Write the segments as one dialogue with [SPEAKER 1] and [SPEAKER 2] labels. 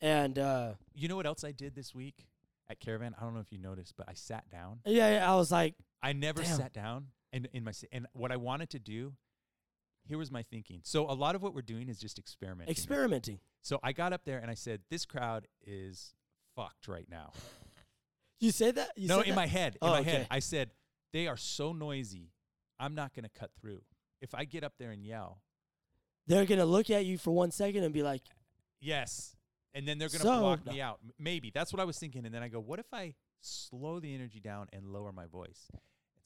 [SPEAKER 1] And uh,
[SPEAKER 2] You know what else I did this week at Caravan? I don't know if you noticed, but I sat down.
[SPEAKER 1] yeah, yeah, I was like,
[SPEAKER 2] I never
[SPEAKER 1] Damn.
[SPEAKER 2] sat down and in my si- and what I wanted to do. Here was my thinking. So a lot of what we're doing is just experimenting.
[SPEAKER 1] experimenting.
[SPEAKER 2] So I got up there and I said, "This crowd is fucked right now."
[SPEAKER 1] You said that? You
[SPEAKER 2] no,
[SPEAKER 1] said
[SPEAKER 2] in
[SPEAKER 1] that?
[SPEAKER 2] my head, in
[SPEAKER 1] Oh,
[SPEAKER 2] my head,
[SPEAKER 1] okay.
[SPEAKER 2] I said, "They are so noisy. I'm not going to cut through. If I get up there and yell,
[SPEAKER 1] They're going to look at you for one second and be like,
[SPEAKER 2] yes, and then they're going to
[SPEAKER 1] So-
[SPEAKER 2] block me out. M- Maybe that's what I was thinking. And then I go, "What if I slow the energy down and lower my voice?"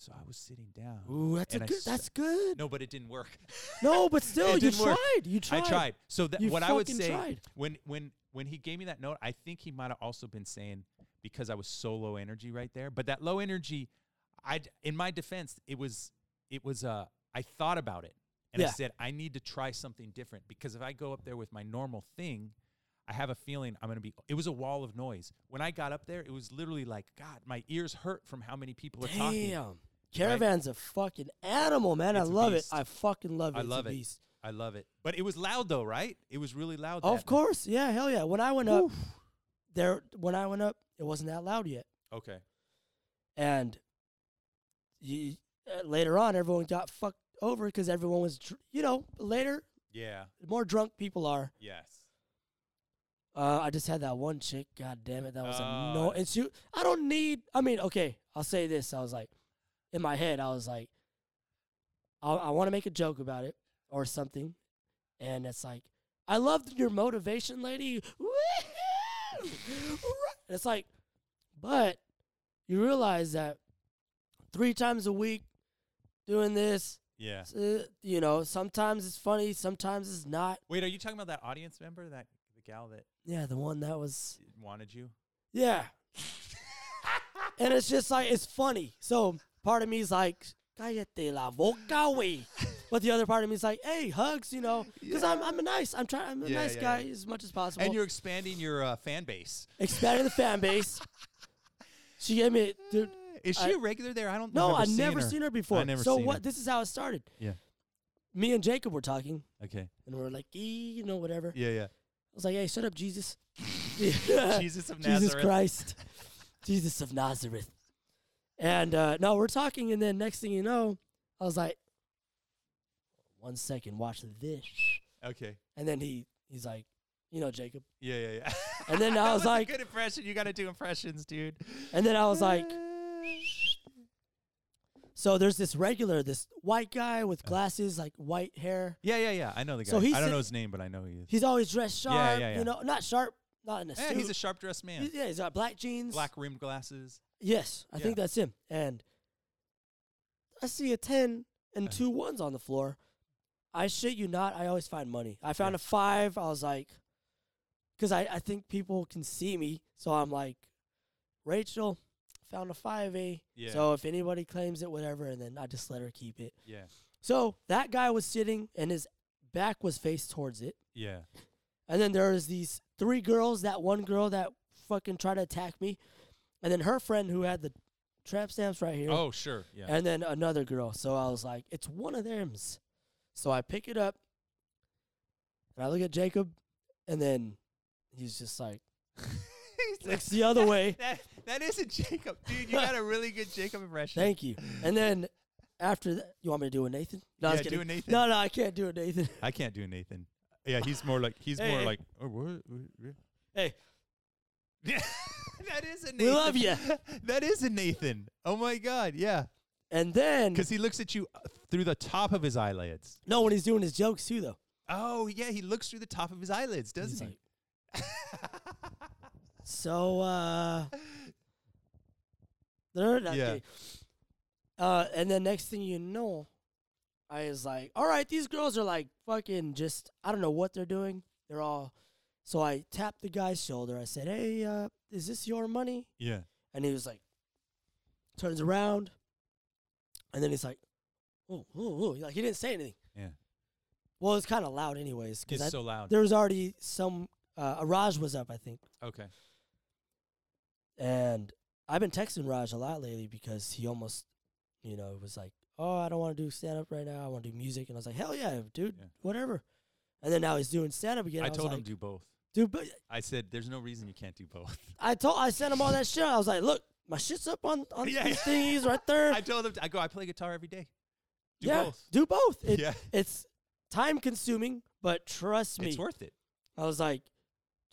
[SPEAKER 2] So I was sitting down.
[SPEAKER 1] ooh, that's, a
[SPEAKER 2] and I
[SPEAKER 1] good,
[SPEAKER 2] sat-
[SPEAKER 1] that's good.
[SPEAKER 2] No, but it didn't work.
[SPEAKER 1] No, but still,
[SPEAKER 2] It
[SPEAKER 1] you
[SPEAKER 2] didn't work.
[SPEAKER 1] tried. You tried.
[SPEAKER 2] I tried. So that
[SPEAKER 1] You
[SPEAKER 2] what I would
[SPEAKER 1] fucking
[SPEAKER 2] say
[SPEAKER 1] tried.
[SPEAKER 2] when when when he gave me that note, I think he might have also been saying because I was so low energy right there. But that low energy, I in my defense, it was it was uh I thought about it and I
[SPEAKER 1] Yeah.
[SPEAKER 2] said I need to try something different because if I go up there with my normal thing. I have a feeling I'm gonna be. It was a wall of noise. When I got up there, it was literally like, God, my ears hurt from how many people are talking.
[SPEAKER 1] Damn. Caravan's a fucking animal, man.
[SPEAKER 2] It's
[SPEAKER 1] I
[SPEAKER 2] a
[SPEAKER 1] love it.
[SPEAKER 2] beast.
[SPEAKER 1] I fucking love it.
[SPEAKER 2] I
[SPEAKER 1] It's
[SPEAKER 2] love
[SPEAKER 1] a
[SPEAKER 2] it.
[SPEAKER 1] beast.
[SPEAKER 2] I love it. But it was loud though, right? It was really loud.
[SPEAKER 1] Of
[SPEAKER 2] that-
[SPEAKER 1] course. Yeah, hell yeah. When I went up, there when I went up, it wasn't that loud yet.
[SPEAKER 2] Okay.
[SPEAKER 1] And you, uh, later on, everyone got fucked over because everyone was, dr- you know, later,
[SPEAKER 2] Yeah.
[SPEAKER 1] the more drunk people are.
[SPEAKER 2] Yes.
[SPEAKER 1] Uh, I just had that one chick. God damn it, that was
[SPEAKER 2] Ah.
[SPEAKER 1] annoying. And she, I don't need. I mean, okay, I'll say this. I was like, in my head, I was like, I, I want to make a joke about it or something, and it's like, I loved your motivation, lady. Woo-hoo! Right. it's like, but you realize that three times a week doing this,
[SPEAKER 2] Yeah.
[SPEAKER 1] uh, you know, sometimes it's funny, sometimes it's not.
[SPEAKER 2] Wait, are you talking about that audience member, that the gal that
[SPEAKER 1] Yeah, the one that was
[SPEAKER 2] wanted you?
[SPEAKER 1] Yeah. and it's just like it's funny. So part of me is like, cállate la boca, wey. But the other part of me is like, hey, hugs, you know, because I'm I'm a nice, I'm trying, I'm a
[SPEAKER 2] Yeah,
[SPEAKER 1] nice
[SPEAKER 2] yeah,
[SPEAKER 1] guy
[SPEAKER 2] yeah.
[SPEAKER 1] as much as possible.
[SPEAKER 2] and you're expanding your uh, fan base.
[SPEAKER 1] expanding the fan base. She gave me, dude.
[SPEAKER 2] Is she
[SPEAKER 1] I-
[SPEAKER 2] a regular there? I don't.
[SPEAKER 1] No,
[SPEAKER 2] remember
[SPEAKER 1] I've never
[SPEAKER 2] her.
[SPEAKER 1] seen her before.
[SPEAKER 2] I never
[SPEAKER 1] so
[SPEAKER 2] seen
[SPEAKER 1] what?
[SPEAKER 2] her.
[SPEAKER 1] This is how it started.
[SPEAKER 2] Yeah.
[SPEAKER 1] Me and Jacob were talking,
[SPEAKER 2] Okay.
[SPEAKER 1] and we are like, "Ee," you know, whatever.
[SPEAKER 2] Yeah, yeah.
[SPEAKER 1] I was like, hey, shut up, Jesus.
[SPEAKER 2] Jesus of Nazareth.
[SPEAKER 1] Jesus Christ, Jesus of Nazareth. And uh, no, we're talking, and then next thing you know, I was like, one second, watch this.
[SPEAKER 2] Okay.
[SPEAKER 1] And then he he's like, you know, Jacob.
[SPEAKER 2] Yeah, yeah, yeah.
[SPEAKER 1] And then I
[SPEAKER 2] That
[SPEAKER 1] was
[SPEAKER 2] a
[SPEAKER 1] like-
[SPEAKER 2] good impression. You got to do impressions, dude.
[SPEAKER 1] And then I was like, so there's this regular, this white guy with glasses, like white hair.
[SPEAKER 2] yeah, yeah, yeah. I know the guy.
[SPEAKER 1] So he's
[SPEAKER 2] I don't
[SPEAKER 1] sit-
[SPEAKER 2] know his name, but I know who he is.
[SPEAKER 1] He's always dressed
[SPEAKER 2] Yeah,
[SPEAKER 1] sharp,
[SPEAKER 2] yeah, yeah.
[SPEAKER 1] you know, not sharp, not in a
[SPEAKER 2] Yeah,
[SPEAKER 1] suit.
[SPEAKER 2] he's a sharp dressed man.
[SPEAKER 1] He's- yeah, he's got black jeans.
[SPEAKER 2] Black rimmed glasses.
[SPEAKER 1] Yes, I think
[SPEAKER 2] Yeah.
[SPEAKER 1] that's him. And I see a 10 and
[SPEAKER 2] Uh-huh.
[SPEAKER 1] two ones on the floor. I shit you not, I always find money. I found
[SPEAKER 2] Yeah.
[SPEAKER 1] a five. I was like, because I, I think people can see me. So I'm like, Rachel found a 5A.
[SPEAKER 2] Yeah.
[SPEAKER 1] So if anybody claims it, whatever. And then I just let her keep it.
[SPEAKER 2] Yeah.
[SPEAKER 1] So that guy was sitting and his back was faced towards it.
[SPEAKER 2] Yeah.
[SPEAKER 1] And then there was these three girls, that one girl that fucking tried to attack me. And then her friend who had the tramp stamps right here.
[SPEAKER 2] Oh, sure. Yeah.
[SPEAKER 1] And then another girl. So I was like, it's one of them's. So I pick it up and I look at Jacob and then he's just like
[SPEAKER 2] He's like,
[SPEAKER 1] looks the other way.
[SPEAKER 2] That, that isn't Jacob. Dude, you got a really good Jacob impression.
[SPEAKER 1] Thank you. And then after that you want me to do a Nathan? No, I was
[SPEAKER 2] Yeah, do
[SPEAKER 1] kidding.
[SPEAKER 2] a Nathan.
[SPEAKER 1] No, no, I can't do a Nathan.
[SPEAKER 2] I can't do Nathan. Yeah, he's more like he's
[SPEAKER 1] Hey,
[SPEAKER 2] more
[SPEAKER 1] hey.
[SPEAKER 2] like. Oh, what, what- what?"
[SPEAKER 1] hey.
[SPEAKER 2] Yeah, that is a Nathan.
[SPEAKER 1] We love ya.
[SPEAKER 2] That is a Nathan. Oh my God, yeah,
[SPEAKER 1] And then
[SPEAKER 2] because he looks at you uh, through the top of his eyelids.
[SPEAKER 1] no, when he's doing his jokes too though.
[SPEAKER 2] Oh yeah, he looks through the top of his
[SPEAKER 1] He's
[SPEAKER 2] eyelids, doesn't he?
[SPEAKER 1] like, so uh they're not
[SPEAKER 2] Yeah.
[SPEAKER 1] kidding. uh and then next thing you know i was like all right these girls are like fucking just i don't know what they're doing they're all so i tapped the guy's shoulder i said hey uh is this your money
[SPEAKER 2] yeah.
[SPEAKER 1] and he was like turns around and then he's like ooh, ooh, ooh. like he didn't say anything
[SPEAKER 2] Yeah.
[SPEAKER 1] well it's kind of loud anyways because
[SPEAKER 2] He's so loud.
[SPEAKER 1] there was already some uh araj was up i think
[SPEAKER 2] Okay.
[SPEAKER 1] And I've been texting Raj a lot lately because he almost, you know, was like, "Oh, I don't want to do stand up right now. I want to do music." And I was like, "Hell yeah, dude,
[SPEAKER 2] Yeah.
[SPEAKER 1] whatever." And then now he's doing stand up again.
[SPEAKER 2] I
[SPEAKER 1] was
[SPEAKER 2] told
[SPEAKER 1] like,
[SPEAKER 2] him do both.
[SPEAKER 1] dude. But
[SPEAKER 2] I said, there's no reason you can't do both.
[SPEAKER 1] I told I sent him all that shit. I was like, look, my shit's up on on
[SPEAKER 2] Yeah,
[SPEAKER 1] these
[SPEAKER 2] yeah.
[SPEAKER 1] thingies right there.
[SPEAKER 2] I told them, I go, I play guitar every day. Do
[SPEAKER 1] yeah,
[SPEAKER 2] both.
[SPEAKER 1] do both. It,
[SPEAKER 2] yeah.
[SPEAKER 1] It's time consuming, but trust me,
[SPEAKER 2] It's worth it.
[SPEAKER 1] I was like,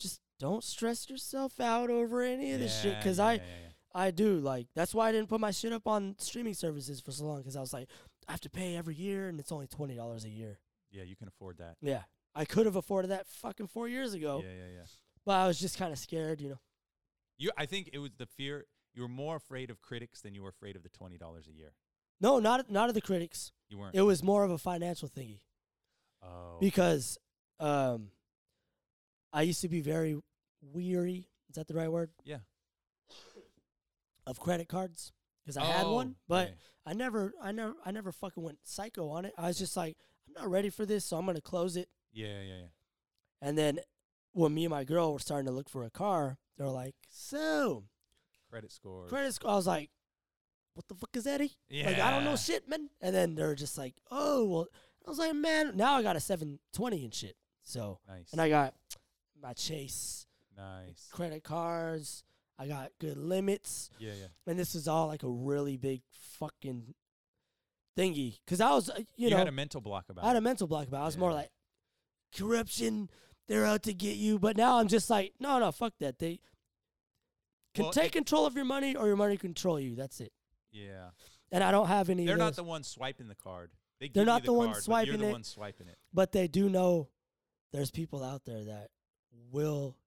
[SPEAKER 1] just don't stress yourself out over any of this shit
[SPEAKER 2] Yeah,
[SPEAKER 1] because
[SPEAKER 2] yeah,
[SPEAKER 1] I
[SPEAKER 2] yeah, yeah.
[SPEAKER 1] I do like that's why I didn't put my shit up on streaming services for so long because I was like, I have to pay every year and it's only twenty dollars a year.
[SPEAKER 2] Yeah, you can afford that.
[SPEAKER 1] Yeah, I could have afforded that fucking four years ago,
[SPEAKER 2] Yeah, yeah, yeah.
[SPEAKER 1] but I was just kind of scared, you know.
[SPEAKER 2] You, I think it was the fear. You were more afraid of critics than you were afraid of the twenty dollars a year.
[SPEAKER 1] No, not not of the critics.
[SPEAKER 2] You weren't.
[SPEAKER 1] It was more of a financial thingy
[SPEAKER 2] oh,
[SPEAKER 1] because um, I used to be very weary. Is that the right word?
[SPEAKER 2] Yeah.
[SPEAKER 1] Of credit cards because I had one,
[SPEAKER 2] Oh,
[SPEAKER 1] but
[SPEAKER 2] yeah.
[SPEAKER 1] I never, I never, I never fucking went psycho on it. I was just like, I'm not ready for this, so I'm gonna close it.
[SPEAKER 2] yeah, yeah, yeah.
[SPEAKER 1] And then when me and my girl were starting to look for a car, they were like, "So
[SPEAKER 2] Credit score.
[SPEAKER 1] credit score." I was like, "What the fuck is Eddie?
[SPEAKER 2] yeah.
[SPEAKER 1] Like I don't know shit, man." And then they're just like, "Oh well." I was like, "Man, now I got a 720 and shit." So
[SPEAKER 2] Nice.
[SPEAKER 1] and I got my Chase
[SPEAKER 2] nice.
[SPEAKER 1] credit cards. I got good limits,
[SPEAKER 2] Yeah, yeah.
[SPEAKER 1] and this is all like a really big fucking thingy. Cause I was, uh, you,
[SPEAKER 2] You,
[SPEAKER 1] know,
[SPEAKER 2] had a mental block about
[SPEAKER 1] I had
[SPEAKER 2] it.
[SPEAKER 1] a mental block about. it. I was more
[SPEAKER 2] Yeah.
[SPEAKER 1] like corruption. They're out to get you. But now I'm just like, no, no, fuck that. They can
[SPEAKER 2] Well,
[SPEAKER 1] take control of your money, or your money control you. That's it.
[SPEAKER 2] yeah.
[SPEAKER 1] And I don't have any. of
[SPEAKER 2] They're not
[SPEAKER 1] those,
[SPEAKER 2] the ones swiping the card. They
[SPEAKER 1] They're
[SPEAKER 2] give
[SPEAKER 1] not
[SPEAKER 2] you
[SPEAKER 1] the ones
[SPEAKER 2] card, but
[SPEAKER 1] swiping
[SPEAKER 2] You're the
[SPEAKER 1] it.
[SPEAKER 2] one swiping it.
[SPEAKER 1] but they do know there's people out there that will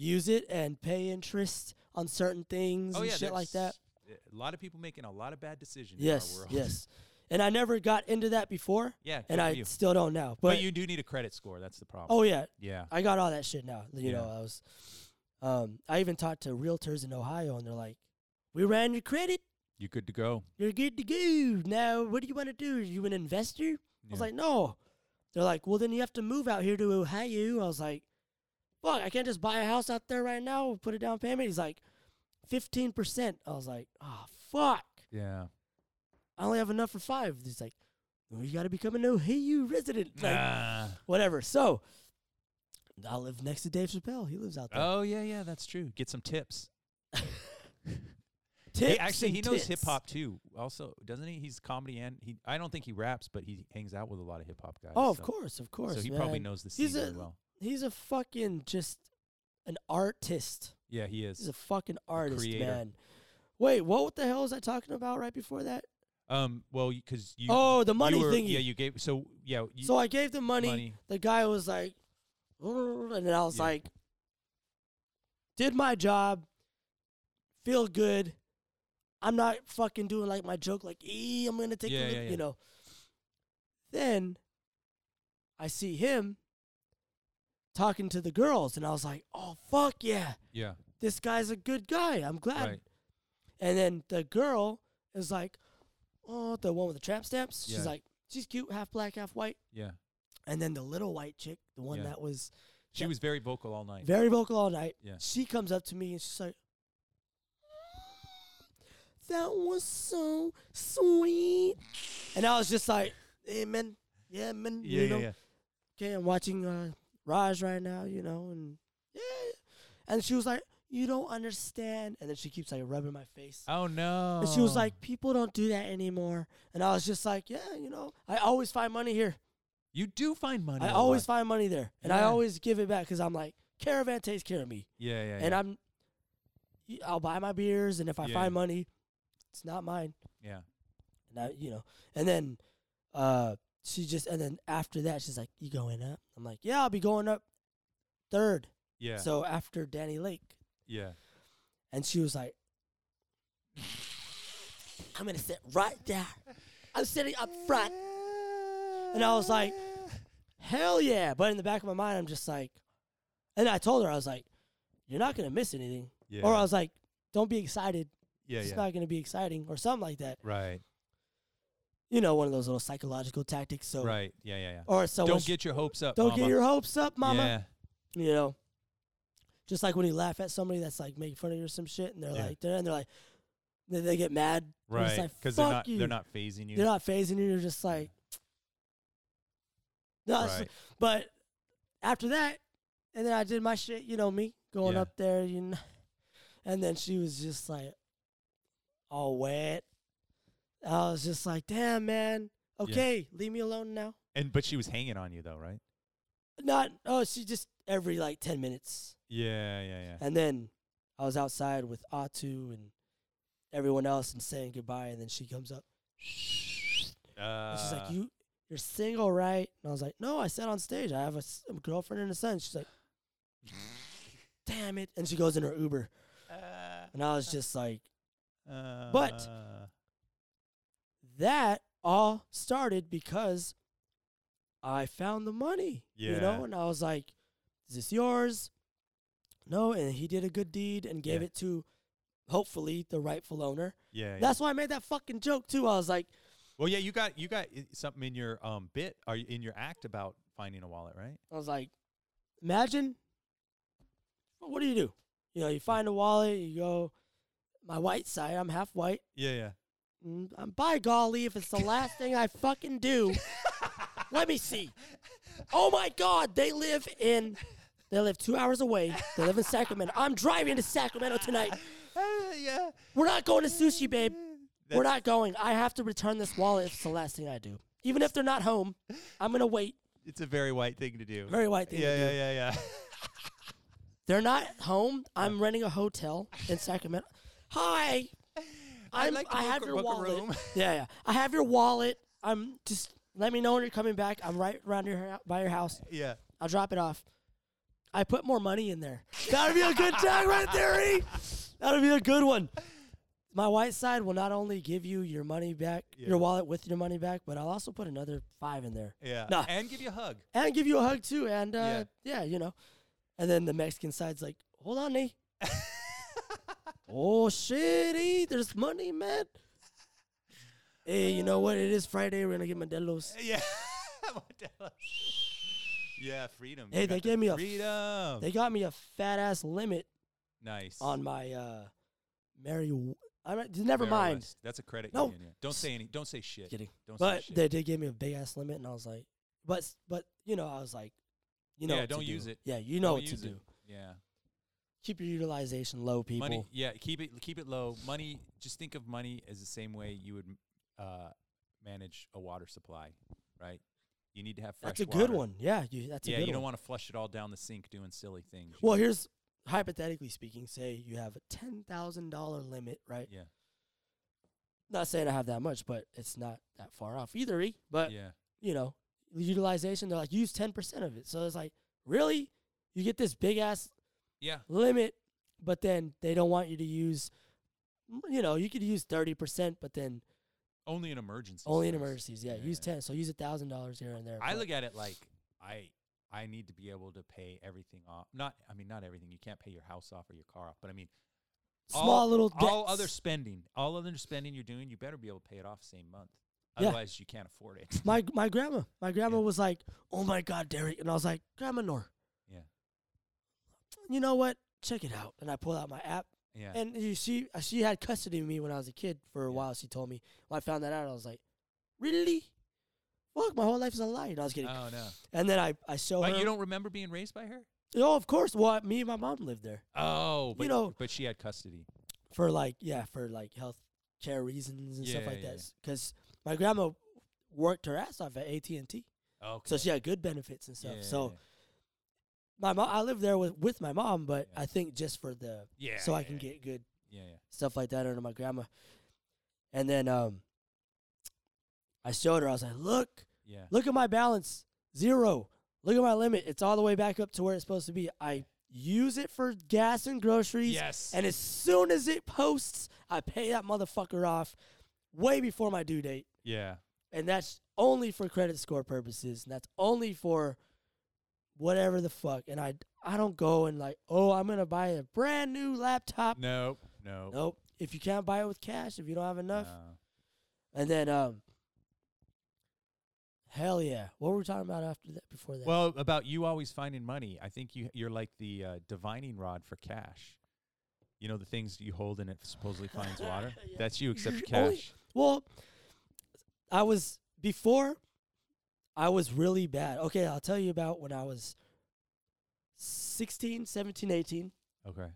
[SPEAKER 1] use it and pay interest on certain things
[SPEAKER 2] Oh
[SPEAKER 1] and
[SPEAKER 2] yeah,
[SPEAKER 1] shit like that.
[SPEAKER 2] there's A lot of people making a lot of bad decisions. in our
[SPEAKER 1] Yes,
[SPEAKER 2] world.
[SPEAKER 1] yes. And I never got into that before,
[SPEAKER 2] yeah. good
[SPEAKER 1] and
[SPEAKER 2] for
[SPEAKER 1] I
[SPEAKER 2] you.
[SPEAKER 1] still don't now.
[SPEAKER 2] But,
[SPEAKER 1] But,
[SPEAKER 2] you do need a credit score. That's the problem.
[SPEAKER 1] oh yeah,
[SPEAKER 2] yeah.
[SPEAKER 1] I got all that shit now. You
[SPEAKER 2] Yeah.
[SPEAKER 1] know, I was, um, I even talked to realtors in Ohio, and they're like, "We ran your credit.
[SPEAKER 2] You good to go?
[SPEAKER 1] You're good to go. Now, what do you want to do? Are you an investor?" I was
[SPEAKER 2] Yeah.
[SPEAKER 1] like, "No." They're like, "Well, then you have to move out here to Ohio." I was like, "Fuck, I can't just buy a house out there right now. Put a down payment." He's like, 15 percent." I was like, "Ah, fuck.
[SPEAKER 2] Yeah.
[SPEAKER 1] I only have enough for five. He's like, well, "You got to become an Ohio resident." Like,
[SPEAKER 2] Ah.
[SPEAKER 1] whatever. So. I live next to Dave Chappelle. He lives out there.
[SPEAKER 2] Oh yeah, yeah, that's true. Get some tips.
[SPEAKER 1] Tips
[SPEAKER 2] he actually
[SPEAKER 1] and
[SPEAKER 2] he
[SPEAKER 1] tits.
[SPEAKER 2] knows hip hop too. Also, doesn't he? He's comedy and he. I don't think he raps, but he hangs out with a lot of hip hop guys.
[SPEAKER 1] Oh, of
[SPEAKER 2] so-
[SPEAKER 1] course, of course.
[SPEAKER 2] So he probably
[SPEAKER 1] man.
[SPEAKER 2] knows the scene
[SPEAKER 1] He's
[SPEAKER 2] really
[SPEAKER 1] a-
[SPEAKER 2] well.
[SPEAKER 1] He's a fucking just an artist.
[SPEAKER 2] Yeah, he
[SPEAKER 1] He's
[SPEAKER 2] is.
[SPEAKER 1] a fucking artist,
[SPEAKER 2] creator.
[SPEAKER 1] man. Wait, what the hell was I talking about right before that?
[SPEAKER 2] Um, well, because you.
[SPEAKER 1] oh, the
[SPEAKER 2] you
[SPEAKER 1] money
[SPEAKER 2] were-
[SPEAKER 1] thingy.
[SPEAKER 2] Yeah, you gave. So yeah. You,
[SPEAKER 1] so I gave the money.
[SPEAKER 2] money.
[SPEAKER 1] The guy was like, "Rrr," and then I was
[SPEAKER 2] Yeah.
[SPEAKER 1] like, did my job, feel good. I'm not fucking doing like my joke, like, ee, I'm gonna take
[SPEAKER 2] Yeah,
[SPEAKER 1] a look,
[SPEAKER 2] yeah, yeah.
[SPEAKER 1] you know. Then I see him talking to the girls, and I was like, oh, fuck yeah,
[SPEAKER 2] yeah.
[SPEAKER 1] this guy's a good guy. I'm glad.
[SPEAKER 2] Right.
[SPEAKER 1] And then the girl is like, oh, the one with the tramp stamps.
[SPEAKER 2] Yeah.
[SPEAKER 1] She's like, she's cute, half black, half white.
[SPEAKER 2] Yeah.
[SPEAKER 1] And then the little white chick, the one
[SPEAKER 2] Yeah.
[SPEAKER 1] that was
[SPEAKER 2] She
[SPEAKER 1] Yeah.
[SPEAKER 2] was very vocal all night.
[SPEAKER 1] very vocal all night,
[SPEAKER 2] Yeah.
[SPEAKER 1] she comes up to me and she's like, That was so sweet. And I was just like, Amen. Yeah, man.
[SPEAKER 2] yeah,
[SPEAKER 1] you
[SPEAKER 2] yeah,
[SPEAKER 1] know,
[SPEAKER 2] yeah.
[SPEAKER 1] okay, I'm watching uh, Raj right now, you know, and yeah. And she was like, You don't understand. And then she keeps like rubbing my face.
[SPEAKER 2] Oh no.
[SPEAKER 1] And she was like, People don't do that anymore. And I was just like, Yeah, you know, I always find money here.
[SPEAKER 2] "You do find money."
[SPEAKER 1] I
[SPEAKER 2] a
[SPEAKER 1] always
[SPEAKER 2] lot.
[SPEAKER 1] find money there, and I
[SPEAKER 2] Yeah.
[SPEAKER 1] always give it back because I'm like, caravan takes care of me,
[SPEAKER 2] Yeah, yeah, yeah.
[SPEAKER 1] and I'm, y- I'll buy my beers, and if I
[SPEAKER 2] Yeah, yeah.
[SPEAKER 1] find money, it's not mine,
[SPEAKER 2] yeah.
[SPEAKER 1] and I, you know, and then, uh, she just, and then after that, she's like, you going up? I'm like, yeah, I'll be going up, third.
[SPEAKER 2] Yeah.
[SPEAKER 1] So after Danny Lake,
[SPEAKER 2] yeah.
[SPEAKER 1] and she was like, I'm gonna sit right there. I'm sitting up front. And I was like, hell yeah. But in the back of my mind, I'm just like, and I told her, I was like, you're not going to miss anything.
[SPEAKER 2] Yeah.
[SPEAKER 1] Or I was like, don't be excited.
[SPEAKER 2] yeah,
[SPEAKER 1] it's
[SPEAKER 2] yeah.
[SPEAKER 1] not going to be exciting or something like that.
[SPEAKER 2] Right.
[SPEAKER 1] You know, one of those little psychological tactics. So,
[SPEAKER 2] Right. Yeah, yeah, yeah.
[SPEAKER 1] or so
[SPEAKER 2] Don't get your hopes up.
[SPEAKER 1] don't
[SPEAKER 2] mama.
[SPEAKER 1] get your hopes up, mama.
[SPEAKER 2] Yeah.
[SPEAKER 1] You know, just like when you laugh at somebody that's like making fun of you or some shit and they're
[SPEAKER 2] Yeah.
[SPEAKER 1] like, they're, and they're like, then they get mad. And it's
[SPEAKER 2] Right.
[SPEAKER 1] like,
[SPEAKER 2] Because they're
[SPEAKER 1] fuck
[SPEAKER 2] not
[SPEAKER 1] you.
[SPEAKER 2] they're not phasing you.
[SPEAKER 1] They're not phasing you. You're just like, no, it's-
[SPEAKER 2] right.
[SPEAKER 1] But after that, And then I did my shit, you know me, going
[SPEAKER 2] Yeah.
[SPEAKER 1] up there, you know. And then she was just like, all wet. I was just like, damn, man. Okay, leave me alone now.
[SPEAKER 2] And but she was hanging on you though, right?
[SPEAKER 1] Not, oh, she just every like 10 minutes.
[SPEAKER 2] Yeah, yeah, yeah.
[SPEAKER 1] And then I was outside with Atu and everyone else and saying goodbye. And then she comes up.
[SPEAKER 2] Uh,
[SPEAKER 1] And she's like, "You, you're single, right?" And I was like, "No, I said on stage, I have a, s- a girlfriend and a son." She's like, "Damn it!" And she goes in her Uber,
[SPEAKER 2] Uh,
[SPEAKER 1] and I was just like, But- "That all started because I found the money, you
[SPEAKER 2] Yeah.
[SPEAKER 1] know." And I was like, "Is this yours?" No, and he did a good deed and gave
[SPEAKER 2] Yeah.
[SPEAKER 1] it to, hopefully, the rightful owner.
[SPEAKER 2] yeah, yeah.
[SPEAKER 1] That's why I made that fucking joke too. I was like,
[SPEAKER 2] well, yeah. You got you got i- something in your um bit or in your act about finding a wallet, right?
[SPEAKER 1] I was like, imagine. well, What do you do? You know, you find a wallet, you go. My white side, I'm half white.
[SPEAKER 2] Yeah, yeah.
[SPEAKER 1] Mm, I'm by golly, if it's the last thing I fucking do, let me see. Oh my God, they live in. They live two hours away. They live in Sacramento. I'm driving to Sacramento tonight.
[SPEAKER 2] Uh, yeah.
[SPEAKER 1] We're not going to sushi, babe. We're
[SPEAKER 2] That's-
[SPEAKER 1] not going. I have to return this wallet if it's the last thing I do. Even if they're not home, I'm gonna wait.
[SPEAKER 2] It's a very white thing to do.
[SPEAKER 1] Very white thing.
[SPEAKER 2] yeah,
[SPEAKER 1] to do.
[SPEAKER 2] yeah, yeah, yeah,
[SPEAKER 1] They're not home. I'm renting a hotel in Sacramento. Hi. I'm,
[SPEAKER 2] like to
[SPEAKER 1] I
[SPEAKER 2] book
[SPEAKER 1] have
[SPEAKER 2] a-
[SPEAKER 1] your
[SPEAKER 2] book a
[SPEAKER 1] wallet.
[SPEAKER 2] room.
[SPEAKER 1] Yeah, yeah. I have your wallet. I'm just let me know when you're coming back. I'm right around your hou- by your house.
[SPEAKER 2] yeah.
[SPEAKER 1] I'll drop it off. I put more money in there. That'd be a good tag right there. E. That'd be a good one. My white side will not only give you your money back,
[SPEAKER 2] Yeah.
[SPEAKER 1] your wallet with your money back, but I'll also put another five in there
[SPEAKER 2] Yeah.
[SPEAKER 1] Nah.
[SPEAKER 2] And give you a hug.
[SPEAKER 1] and give you a hug too. And uh, yeah. you know. And then the Mexican side's like, hold on, eh? oh shit, eh? There's money, man. Hey, you know what? It is Friday. We're gonna get Modelo's.
[SPEAKER 2] Yeah. Modelo. yeah, freedom.
[SPEAKER 1] Hey,
[SPEAKER 2] You
[SPEAKER 1] they
[SPEAKER 2] got the
[SPEAKER 1] gave me a f-
[SPEAKER 2] freedom.
[SPEAKER 1] They got me a fat ass limit
[SPEAKER 2] nice.
[SPEAKER 1] on my uh, Mary. W- I don't, never
[SPEAKER 2] Merrill
[SPEAKER 1] mind.
[SPEAKER 2] West. That's a credit
[SPEAKER 1] No.
[SPEAKER 2] union. Yeah. Don't say any. Don't say shit.
[SPEAKER 1] Kidding.
[SPEAKER 2] Don't
[SPEAKER 1] But
[SPEAKER 2] say shit.
[SPEAKER 1] they did give me a big ass limit, and I was like, but s- but you know, I was like, you know,
[SPEAKER 2] Yeah,
[SPEAKER 1] what to
[SPEAKER 2] don't
[SPEAKER 1] do.
[SPEAKER 2] use it.
[SPEAKER 1] Yeah, you know
[SPEAKER 2] Don't
[SPEAKER 1] what to
[SPEAKER 2] use it.
[SPEAKER 1] do.
[SPEAKER 2] yeah.
[SPEAKER 1] Keep your utilization low, people.
[SPEAKER 2] Money. Yeah. Keep it. Keep it low. Money. Just think of money as the same way you would uh, manage a water supply, right? You need to have fresh.
[SPEAKER 1] that's a good
[SPEAKER 2] water.
[SPEAKER 1] one. Yeah, you, that's
[SPEAKER 2] yeah.
[SPEAKER 1] a good
[SPEAKER 2] you don't
[SPEAKER 1] one.
[SPEAKER 2] want to flush it all down the sink doing silly things. you
[SPEAKER 1] Well,
[SPEAKER 2] know?
[SPEAKER 1] here's hypothetically speaking, say you have a ten thousand dollar limit, right?
[SPEAKER 2] Yeah.
[SPEAKER 1] Not saying I have that much, but it's not that far off either. E. But
[SPEAKER 2] yeah.
[SPEAKER 1] you know, utilization, they're like use ten percent of it. So it's like, really, you get this big ass
[SPEAKER 2] Yeah.
[SPEAKER 1] limit, but then they don't want you to use. m- You know, you could use thirty percent, but then
[SPEAKER 2] Only in emergencies.
[SPEAKER 1] only in
[SPEAKER 2] please.
[SPEAKER 1] emergencies. Yeah, use ten. So use a thousand dollars here and there.
[SPEAKER 2] I
[SPEAKER 1] but-
[SPEAKER 2] look at it like I I need to be able to pay everything off. Not I mean not everything. You can't pay your house off or your car off, but I mean all-
[SPEAKER 1] small little
[SPEAKER 2] all
[SPEAKER 1] debts.
[SPEAKER 2] other spending, all other spending you're doing, you better be able to pay it off same month.
[SPEAKER 1] Yeah.
[SPEAKER 2] Otherwise, you can't afford it.
[SPEAKER 1] My my grandma, my grandma
[SPEAKER 2] Yeah.
[SPEAKER 1] was like, "Oh my God, Derek," and I was like, "Grandma Nor."
[SPEAKER 2] Yeah.
[SPEAKER 1] You know what? Check it out, and I pulled out my app,
[SPEAKER 2] yeah.
[SPEAKER 1] and you, she she had custody of me when I was a kid for a
[SPEAKER 2] Yeah.
[SPEAKER 1] while. She told me when I found that out, I was like, "Really? Fuck, my whole life is a lie." And I was kidding.
[SPEAKER 2] oh no.
[SPEAKER 1] and then I I show
[SPEAKER 2] But
[SPEAKER 1] her.
[SPEAKER 2] you don't remember being raised by her?
[SPEAKER 1] oh, of course. Well, me and my mom lived there
[SPEAKER 2] Oh, but
[SPEAKER 1] know-
[SPEAKER 2] but she had custody.
[SPEAKER 1] for like yeah for like health care reasons and stuff
[SPEAKER 2] Yeah,
[SPEAKER 1] like
[SPEAKER 2] yeah,
[SPEAKER 1] that because my grandma worked her ass off at AT and T,
[SPEAKER 2] Okay.
[SPEAKER 1] so she had good benefits and stuff.
[SPEAKER 2] Yeah,
[SPEAKER 1] so.
[SPEAKER 2] yeah,
[SPEAKER 1] my mom I live there with, with my mom, but
[SPEAKER 2] Yeah.
[SPEAKER 1] I think just for the
[SPEAKER 2] yeah.
[SPEAKER 1] so I
[SPEAKER 2] yeah,
[SPEAKER 1] can
[SPEAKER 2] yeah,
[SPEAKER 1] get good
[SPEAKER 2] Yeah, yeah.
[SPEAKER 1] stuff like that under my grandma. And then um I showed her, I was like, Look,
[SPEAKER 2] Yeah.
[SPEAKER 1] look at my balance. Zero. Look at my limit. It's all the way back up to where it's supposed to be. I use it for gas and groceries.
[SPEAKER 2] Yes.
[SPEAKER 1] And as soon as it posts, I pay that motherfucker off way before my due date
[SPEAKER 2] yeah.
[SPEAKER 1] and that's only for credit score purposes, and that's only for whatever the fuck. And I I don't go and like, oh, I'm gonna buy a brand new laptop.
[SPEAKER 2] No. No.
[SPEAKER 1] Nope. If you can't buy it with cash, if you don't have enough,
[SPEAKER 2] no.
[SPEAKER 1] and then um, hell yeah, what were we talking about after that? Before that,
[SPEAKER 2] Well, about you always finding money. I think you you're like the uh, divining rod for cash. You know the things you hold and it supposedly finds water.
[SPEAKER 1] Yeah. Oh,
[SPEAKER 2] That's you, except for
[SPEAKER 1] You're only-
[SPEAKER 2] cash.
[SPEAKER 1] well, I was before. I was really bad. Okay, I'll tell you about when I was 16, 17, 18,
[SPEAKER 2] Okay.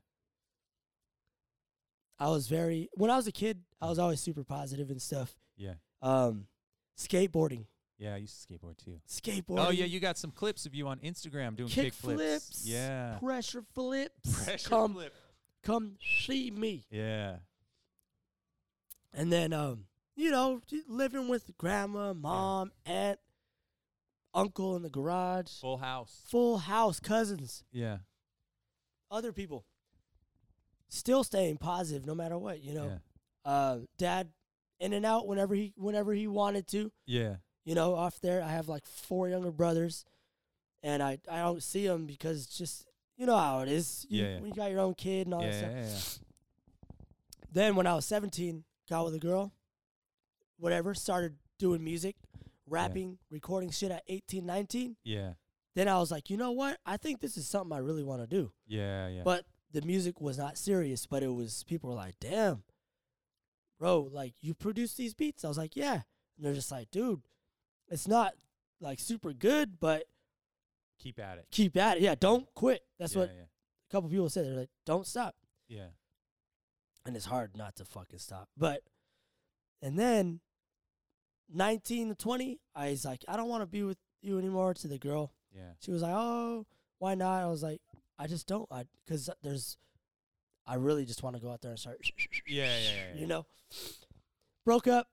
[SPEAKER 1] I was very when I was a kid, I was always super positive and stuff.
[SPEAKER 2] Yeah.
[SPEAKER 1] Um, skateboarding,
[SPEAKER 2] Yeah. I used to skateboard too.
[SPEAKER 1] skateboarding.
[SPEAKER 2] Oh yeah, you got some clips of you on Instagram doing
[SPEAKER 1] kick
[SPEAKER 2] kick, flips.
[SPEAKER 1] flips.
[SPEAKER 2] Yeah.
[SPEAKER 1] pressure flips.
[SPEAKER 2] Pressure
[SPEAKER 1] come,
[SPEAKER 2] flip.
[SPEAKER 1] come see me.
[SPEAKER 2] Yeah.
[SPEAKER 1] And then, um, you know, j- living with grandma, mom, aunt, uncle in the garage,
[SPEAKER 2] Full house.
[SPEAKER 1] full house, cousins,
[SPEAKER 2] Yeah.
[SPEAKER 1] other people. Still staying positive no matter what, you know.
[SPEAKER 2] Yeah.
[SPEAKER 1] Uh, dad, in and out whenever he whenever he wanted to.
[SPEAKER 2] Yeah.
[SPEAKER 1] you know, off there. I have like four younger brothers, and I, I don't see them because it's just you know how it is. You,
[SPEAKER 2] Yeah, yeah.
[SPEAKER 1] When you got your own kid and all
[SPEAKER 2] Yeah.
[SPEAKER 1] that stuff.
[SPEAKER 2] yeah, yeah.
[SPEAKER 1] Then when I was 17, got with a girl, whatever, started doing music, rapping, recording shit at 18, 19.
[SPEAKER 2] Yeah.
[SPEAKER 1] Then I was like, you know what? I think this is something I really want to do.
[SPEAKER 2] Yeah. Yeah.
[SPEAKER 1] But the music was not serious, but it was people were like, "Damn, bro, like you produce these beats." I was like, "Yeah," and they're just like, "Dude, it's not like super good, but
[SPEAKER 2] Keep at it.
[SPEAKER 1] keep at it. Yeah, don't quit." That's
[SPEAKER 2] yeah,
[SPEAKER 1] what a couple people said. They're like, "Don't stop,"
[SPEAKER 2] Yeah. yeah.
[SPEAKER 1] and it's hard not to fucking stop. But and then nineteen to twenty, I was like, "I don't want to be with you anymore." To the girl,
[SPEAKER 2] Yeah.
[SPEAKER 1] She was like, "Oh, why not?" I was like, "I just don't, I because there's, I really just want to go out there and start,
[SPEAKER 2] Yeah. Yeah. Yeah.
[SPEAKER 1] you know." Broke up,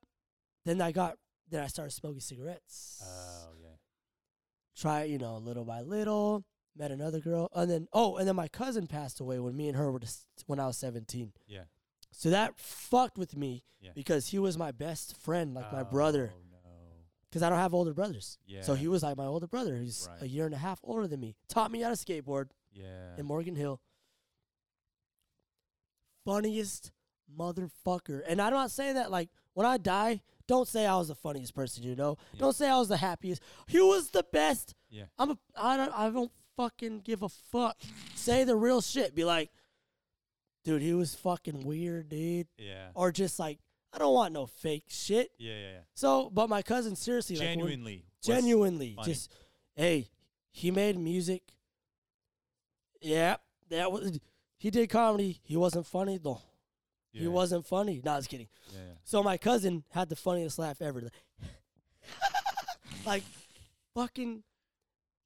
[SPEAKER 1] then I got, then I started smoking cigarettes.
[SPEAKER 2] Oh yeah.
[SPEAKER 1] Try you know little by little. Met another girl, and then oh, and then my cousin passed away when me and her were just when I was seventeen.
[SPEAKER 2] Yeah.
[SPEAKER 1] So that fucked with me
[SPEAKER 2] Yeah.
[SPEAKER 1] because he was my best friend, like my
[SPEAKER 2] oh,
[SPEAKER 1] brother,
[SPEAKER 2] No.
[SPEAKER 1] because I don't have older brothers.
[SPEAKER 2] Yeah.
[SPEAKER 1] So he was like my older brother. He's a
[SPEAKER 2] Right.
[SPEAKER 1] year and a half older than me. Taught me how to skateboard.
[SPEAKER 2] Yeah.
[SPEAKER 1] in Morgan Hill. Funniest motherfucker. And I'm not saying that like when I die, don't say I was the funniest person, you know.
[SPEAKER 2] Yeah.
[SPEAKER 1] Don't say I was the happiest. He was the best.
[SPEAKER 2] Yeah.
[SPEAKER 1] I'm a I don't I don't fucking give a fuck. say the real shit. Be like, dude, he was fucking weird, dude.
[SPEAKER 2] Yeah.
[SPEAKER 1] Or just like, I don't want no fake shit.
[SPEAKER 2] Yeah. Yeah.
[SPEAKER 1] So but my cousin seriously
[SPEAKER 2] yeah.
[SPEAKER 1] like when-
[SPEAKER 2] Genuinely. was-
[SPEAKER 1] genuinely
[SPEAKER 2] funny.
[SPEAKER 1] just hey he made music yeah that was he did comedy he wasn't funny though
[SPEAKER 2] Yeah.
[SPEAKER 1] he wasn't funny no i was kidding
[SPEAKER 2] Yeah. yeah.
[SPEAKER 1] so my cousin had the funniest laugh ever like fucking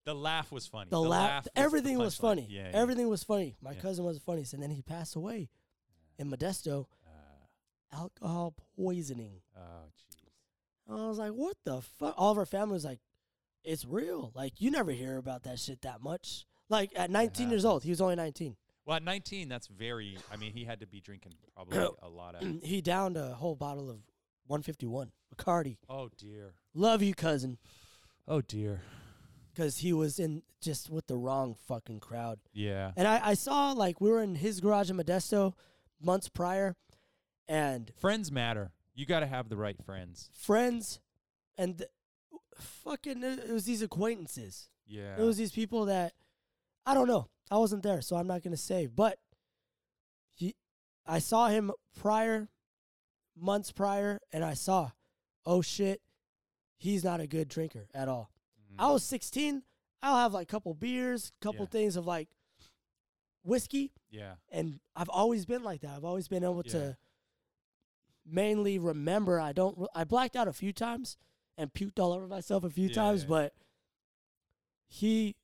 [SPEAKER 2] The laugh was funny.
[SPEAKER 1] the, laugh,
[SPEAKER 2] laugh. was the
[SPEAKER 1] everything was
[SPEAKER 2] punchline.
[SPEAKER 1] funny
[SPEAKER 2] Yeah. yeah.
[SPEAKER 1] everything was funny my
[SPEAKER 2] Yeah.
[SPEAKER 1] cousin was the funniest and then he passed away in modesto
[SPEAKER 2] Uh,
[SPEAKER 1] alcohol poisoning
[SPEAKER 2] oh jeez.
[SPEAKER 1] I was like, what the fuck? All of our family was like, it's real. Like, you never hear about that shit that much. Like, at 19 years old, he was only 19.
[SPEAKER 2] Well, at 19, that's very. I mean, he had to be drinking probably a lot of.
[SPEAKER 1] he downed a whole bottle of 151 Bacardi.
[SPEAKER 2] Oh dear.
[SPEAKER 1] Love you, cousin.
[SPEAKER 2] Oh dear.
[SPEAKER 1] Because he was in just with the wrong fucking crowd.
[SPEAKER 2] Yeah.
[SPEAKER 1] And I, I saw, like, we were in his garage in Modesto months prior, and
[SPEAKER 2] Friends matter. You got to have the right friends.
[SPEAKER 1] friends and th- fucking, it was these acquaintances.
[SPEAKER 2] Yeah.
[SPEAKER 1] It was these people that I don't know. I wasn't there, so I'm not gonna say. But he, I saw him prior, months prior, and I saw, oh shit, he's not a good drinker at all.
[SPEAKER 2] Mm-hmm.
[SPEAKER 1] I was 16. I'll have like a couple beers, couple
[SPEAKER 2] Mm. Yeah.
[SPEAKER 1] things of like whiskey,
[SPEAKER 2] yeah.
[SPEAKER 1] and I've always been like that. I've always been able
[SPEAKER 2] Yeah.
[SPEAKER 1] to mainly remember. I don't. re- I blacked out a few times and puked all over myself a few
[SPEAKER 2] Yeah,
[SPEAKER 1] times,
[SPEAKER 2] yeah, yeah.
[SPEAKER 1] but he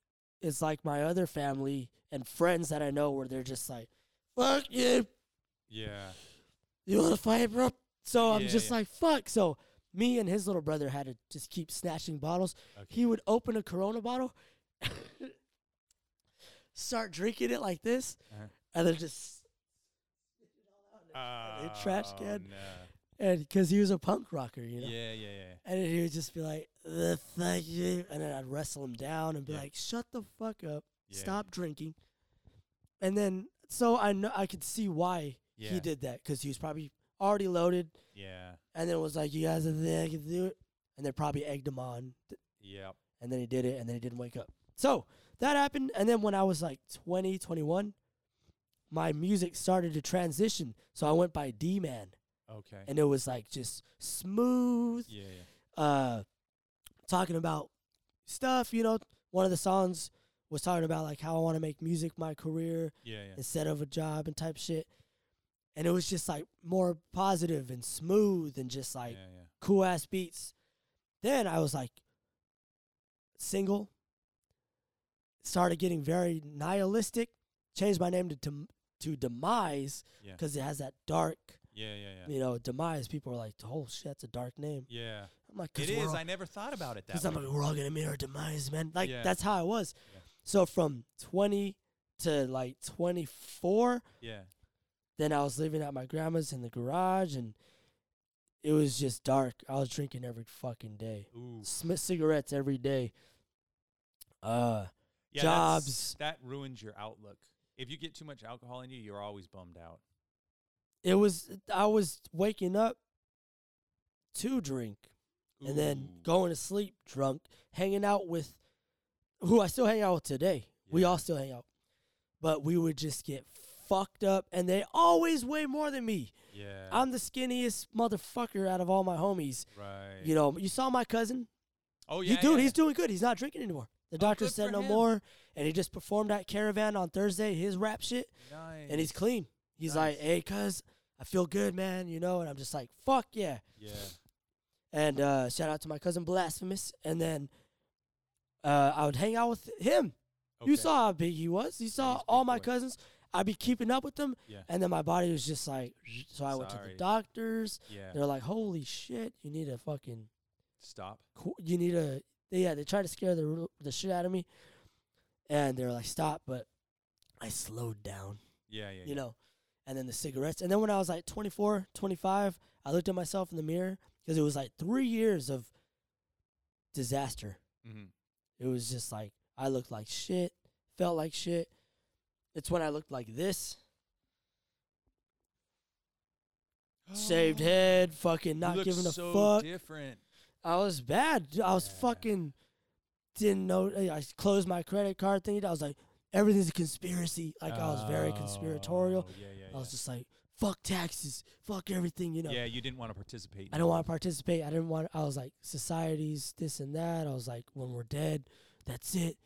[SPEAKER 1] is like my other family and friends that I know, where they're just like, "Fuck you,
[SPEAKER 2] Yeah.
[SPEAKER 1] you want to fight, bro?" So I'm
[SPEAKER 2] Yeah,
[SPEAKER 1] just
[SPEAKER 2] yeah.
[SPEAKER 1] like, "Fuck." So me and his little brother had to just keep snatching bottles.
[SPEAKER 2] Okay.
[SPEAKER 1] He would open a Corona bottle, start drinking it like this,
[SPEAKER 2] Uh-huh.
[SPEAKER 1] and then just
[SPEAKER 2] Oh,
[SPEAKER 1] trash can.
[SPEAKER 2] No.
[SPEAKER 1] and because he was a punk rocker, you know.
[SPEAKER 2] Yeah, yeah, yeah.
[SPEAKER 1] And then he would just be like, "The fuck you," and then I'd wrestle him down and be
[SPEAKER 2] Yeah.
[SPEAKER 1] like, "Shut the fuck up,
[SPEAKER 2] Yeah,
[SPEAKER 1] stop drinking." And then, so I know I could see why
[SPEAKER 2] Yeah.
[SPEAKER 1] he did that because he was probably already loaded,
[SPEAKER 2] Yeah.
[SPEAKER 1] and then was like, "You guys are there, I can do it," and they probably egged him on, th-
[SPEAKER 2] Yep.
[SPEAKER 1] and then he did it, and then he didn't wake up. So that happened, and then when I was like 20, 21, my music started to transition, so I went by D Man,
[SPEAKER 2] Okay.
[SPEAKER 1] and it was like just smooth
[SPEAKER 2] yeah, yeah.
[SPEAKER 1] uh, talking about stuff. You know, one of the songs was talking about like how I want to make music my career
[SPEAKER 2] Yeah, yeah.
[SPEAKER 1] instead of a job and type shit. And it was just like more positive and smooth and just like
[SPEAKER 2] yeah, yeah.
[SPEAKER 1] cool ass beats. Then I was like single, started getting very nihilistic, changed my name to Dem- to Demise
[SPEAKER 2] Yeah.
[SPEAKER 1] because it has that dark,
[SPEAKER 2] Yeah, yeah, yeah.
[SPEAKER 1] you know, Demise. People are like, oh shit, that's a dark name.
[SPEAKER 2] Yeah.
[SPEAKER 1] I'm like,
[SPEAKER 2] It
[SPEAKER 1] we
[SPEAKER 2] is. I never thought about it that
[SPEAKER 1] because
[SPEAKER 2] way.
[SPEAKER 1] I'm like, we're all gonna meet our demise, man. Like
[SPEAKER 2] Yeah.
[SPEAKER 1] that's how I was.
[SPEAKER 2] Yeah.
[SPEAKER 1] So from 20 to like 24,
[SPEAKER 2] yeah.
[SPEAKER 1] then I was living at my grandma's in the garage, and it was just dark. I was drinking every fucking day,
[SPEAKER 2] Ooh.
[SPEAKER 1] Sm- cigarettes every day. Uh,
[SPEAKER 2] Yeah, that's-
[SPEAKER 1] jobs.
[SPEAKER 2] That ruins your outlook. If you get too much alcohol in you, you're always bummed out.
[SPEAKER 1] it was I was waking up to drink, and then
[SPEAKER 2] Ooh.
[SPEAKER 1] going to sleep drunk, hanging out with who I still hang out with today. We
[SPEAKER 2] Yeah.
[SPEAKER 1] all still hang out. But we would just get fucked up and they always weigh more than me.
[SPEAKER 2] Yeah.
[SPEAKER 1] I'm the skinniest motherfucker out of all my homies.
[SPEAKER 2] right.
[SPEAKER 1] You know, you saw my cousin?
[SPEAKER 2] oh
[SPEAKER 1] You
[SPEAKER 2] yeah.
[SPEAKER 1] dude,
[SPEAKER 2] yeah. Oh,
[SPEAKER 1] he's doing good. He's not drinking anymore. The doctor
[SPEAKER 2] good
[SPEAKER 1] said
[SPEAKER 2] for
[SPEAKER 1] no
[SPEAKER 2] him.
[SPEAKER 1] more and he just performed at Caravan on Thursday, his rap shit,
[SPEAKER 2] Nice.
[SPEAKER 1] and he's clean. He's like,
[SPEAKER 2] Nice.
[SPEAKER 1] "Hey, cuz, I feel good, man," you know, and I'm just like, "Fuck yeah."
[SPEAKER 2] Yeah.
[SPEAKER 1] and uh, shout out to my cousin Blasphemous. And then uh, I would hang out with him. You
[SPEAKER 2] Okay.
[SPEAKER 1] saw how big he was. You saw
[SPEAKER 2] he's a
[SPEAKER 1] all
[SPEAKER 2] big
[SPEAKER 1] my
[SPEAKER 2] boy.
[SPEAKER 1] cousins. I'd be keeping up with them,
[SPEAKER 2] Yeah.
[SPEAKER 1] and then my body was just like. So I went to the
[SPEAKER 2] Sorry.
[SPEAKER 1] doctors.
[SPEAKER 2] Yeah.
[SPEAKER 1] They're like, "Holy shit! You need a fucking.
[SPEAKER 2] Stop.
[SPEAKER 1] qu- You need a. Yeah, they tried to scare the r- the shit out of me, and they were like, "Stop!" But I slowed down
[SPEAKER 2] Yeah. Yeah.
[SPEAKER 1] you know and then the cigarettes and then when i was like 24 25 i looked at myself in the mirror because it was like three years of disaster
[SPEAKER 2] hmm
[SPEAKER 1] it was just like i looked like shit felt like shit it's when i looked like this shaved head fucking not giving a
[SPEAKER 2] so
[SPEAKER 1] fuck
[SPEAKER 2] Different.
[SPEAKER 1] i was bad dude. i was
[SPEAKER 2] Yeah.
[SPEAKER 1] fucking didn't know eh, i closed my credit card thing i was like everything's a conspiracy like i was very conspiratorial
[SPEAKER 2] Oh, Yeah. Yeah.
[SPEAKER 1] I was
[SPEAKER 2] yeah.
[SPEAKER 1] just like, fuck taxes, fuck everything, you know.
[SPEAKER 2] Yeah, you didn't want to participate. in
[SPEAKER 1] I
[SPEAKER 2] it.
[SPEAKER 1] don't want to participate. I didn't want. I was like societies, this and that. I was like, when we're dead, that's it.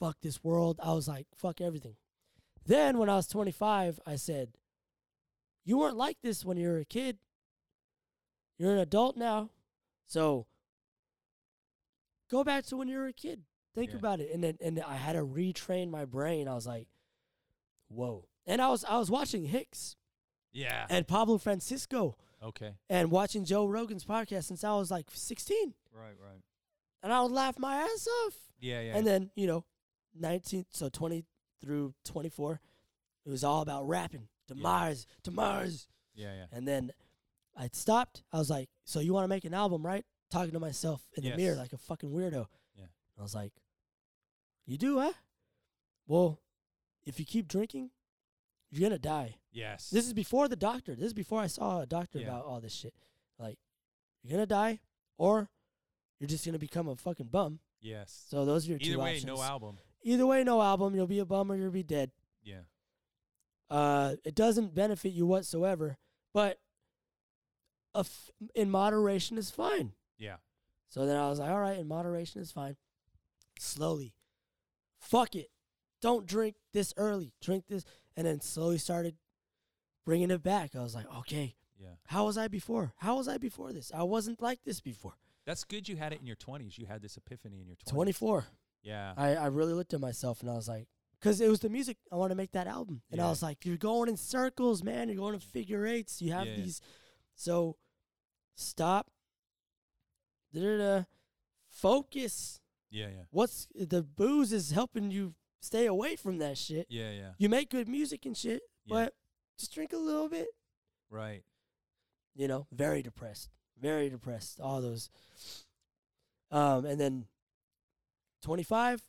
[SPEAKER 1] Fuck this world. I was like, fuck everything. Then when I was 25, I said, you weren't like this when you were a kid. You're an adult now, so go back to when you were a kid. Think
[SPEAKER 2] Yeah.
[SPEAKER 1] about it. And then and I had to retrain my brain. I was like, whoa. And I was I was watching Hicks
[SPEAKER 2] Yeah.
[SPEAKER 1] and Pablo Francisco
[SPEAKER 2] Okay.
[SPEAKER 1] and watching Joe Rogan's podcast since I was like 16.
[SPEAKER 2] Right. Right.
[SPEAKER 1] And I would laugh my ass off.
[SPEAKER 2] Yeah. Yeah.
[SPEAKER 1] And then, you know, 19, so 20 through 24, it was all about rapping. Demise, demise.
[SPEAKER 2] yeah. Yeah.
[SPEAKER 1] And then I stopped. I was like, so you want to make an album, right? Talking to myself in the mirror
[SPEAKER 2] Yes.
[SPEAKER 1] like a fucking weirdo.
[SPEAKER 2] Yeah.
[SPEAKER 1] I was like, you do, huh? Well, if you keep drinking, you're going to die.
[SPEAKER 2] Yes.
[SPEAKER 1] This is before the doctor. This is before I saw a doctor
[SPEAKER 2] Yeah.
[SPEAKER 1] about all this shit. Like, you're gonna die, or you're just gonna become a fucking bum.
[SPEAKER 2] yes.
[SPEAKER 1] So those are your
[SPEAKER 2] Either
[SPEAKER 1] two
[SPEAKER 2] way,
[SPEAKER 1] options.
[SPEAKER 2] no album.
[SPEAKER 1] Either way, no album. You'll be a bum or you'll be dead.
[SPEAKER 2] Yeah.
[SPEAKER 1] Uh, it doesn't benefit you whatsoever. But a f- in moderation is fine.
[SPEAKER 2] Yeah.
[SPEAKER 1] So then I was like, all right, in moderation is fine. Slowly, fuck it. Don't drink this early. Drink this, and then slowly started bringing it back. I was like, okay.
[SPEAKER 2] Yeah.
[SPEAKER 1] How was I before? How was I before this? I wasn't like this before.
[SPEAKER 2] That's good. You had it in your twenties. You had this epiphany in your twenties.
[SPEAKER 1] 24.
[SPEAKER 2] Yeah.
[SPEAKER 1] I, I really looked at myself and I was like, because it was the music. I want to make that album. And I
[SPEAKER 2] Yeah.
[SPEAKER 1] was like, you're going in circles, man. You're going to figure eights. You have
[SPEAKER 2] Yeah.
[SPEAKER 1] these. So stop. Da-da-da. Focus.
[SPEAKER 2] yeah. Yeah.
[SPEAKER 1] What's the booze is helping you stay away from that shit.
[SPEAKER 2] Yeah. Yeah.
[SPEAKER 1] You make good music and shit,
[SPEAKER 2] Yeah.
[SPEAKER 1] but just drink a little bit.
[SPEAKER 2] Right.
[SPEAKER 1] you know, very depressed, very depressed, all those. Um, and then 25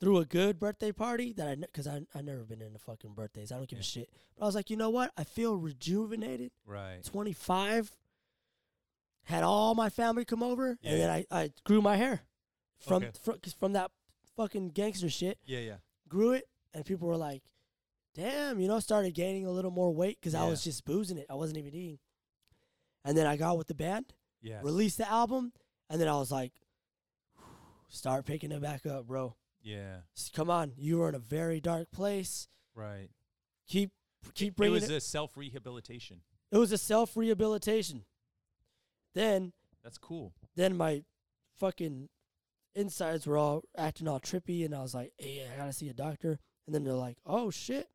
[SPEAKER 1] threw a good birthday party that I, because I, I never been into fucking birthdays. I don't give a
[SPEAKER 2] Yeah.
[SPEAKER 1] shit. But I was like, you know what? I feel rejuvenated.
[SPEAKER 2] Right.
[SPEAKER 1] 25 had all my family come over
[SPEAKER 2] Yeah.
[SPEAKER 1] and then I, I grew my hair from,
[SPEAKER 2] Okay.
[SPEAKER 1] fr- 'cause from that fucking gangster shit
[SPEAKER 2] Yeah. Yeah.
[SPEAKER 1] grew it, and people were like, "Damn," you know, started gaining a little more weight because I
[SPEAKER 2] Yeah.
[SPEAKER 1] was just boozing it. I wasn't even eating. And then I got with the band,
[SPEAKER 2] Yeah.
[SPEAKER 1] released the album, and then I was like, "Start picking it back up, bro."
[SPEAKER 2] Yeah.
[SPEAKER 1] S- Come on, you were in a very dark place.
[SPEAKER 2] Right.
[SPEAKER 1] Keep keep
[SPEAKER 2] It
[SPEAKER 1] bringing
[SPEAKER 2] was a self rehabilitation.
[SPEAKER 1] it was a self rehabilitation. Then
[SPEAKER 2] That's cool.
[SPEAKER 1] then my fucking insides were all acting all trippy, and I was like, "Hey, I gotta see a doctor." And then they're like, "Oh shit,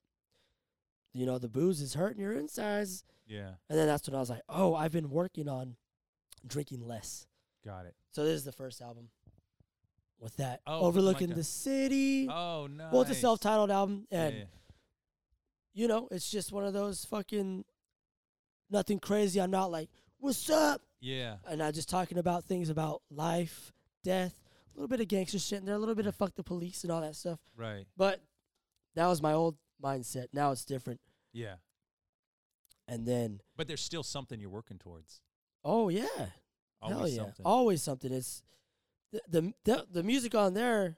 [SPEAKER 1] you know the booze is hurting your insides."
[SPEAKER 2] Yeah.
[SPEAKER 1] And then that's when I was like, "Oh, I've been working on drinking less."
[SPEAKER 2] Got it.
[SPEAKER 1] So this is the first album with that
[SPEAKER 2] Oh, with
[SPEAKER 1] overlooking
[SPEAKER 2] Micah.
[SPEAKER 1] the city.
[SPEAKER 2] Oh no.
[SPEAKER 1] Well, it's a self-titled album,
[SPEAKER 2] Yeah.
[SPEAKER 1] and you know, it's just one of those fucking nothing crazy. I'm not like, what's up?
[SPEAKER 2] Yeah.
[SPEAKER 1] And I'm just talking about things about life, death, a little bit of gangster shit in there, a little bit of fuck the police and all that stuff.
[SPEAKER 2] Right.
[SPEAKER 1] But that was my old mindset. Now it's different.
[SPEAKER 2] Yeah.
[SPEAKER 1] And then,
[SPEAKER 2] But there's still something you're working towards.
[SPEAKER 1] oh yeah,
[SPEAKER 2] Always
[SPEAKER 1] hell yeah,
[SPEAKER 2] something.
[SPEAKER 1] always something. It's the, the the the music on there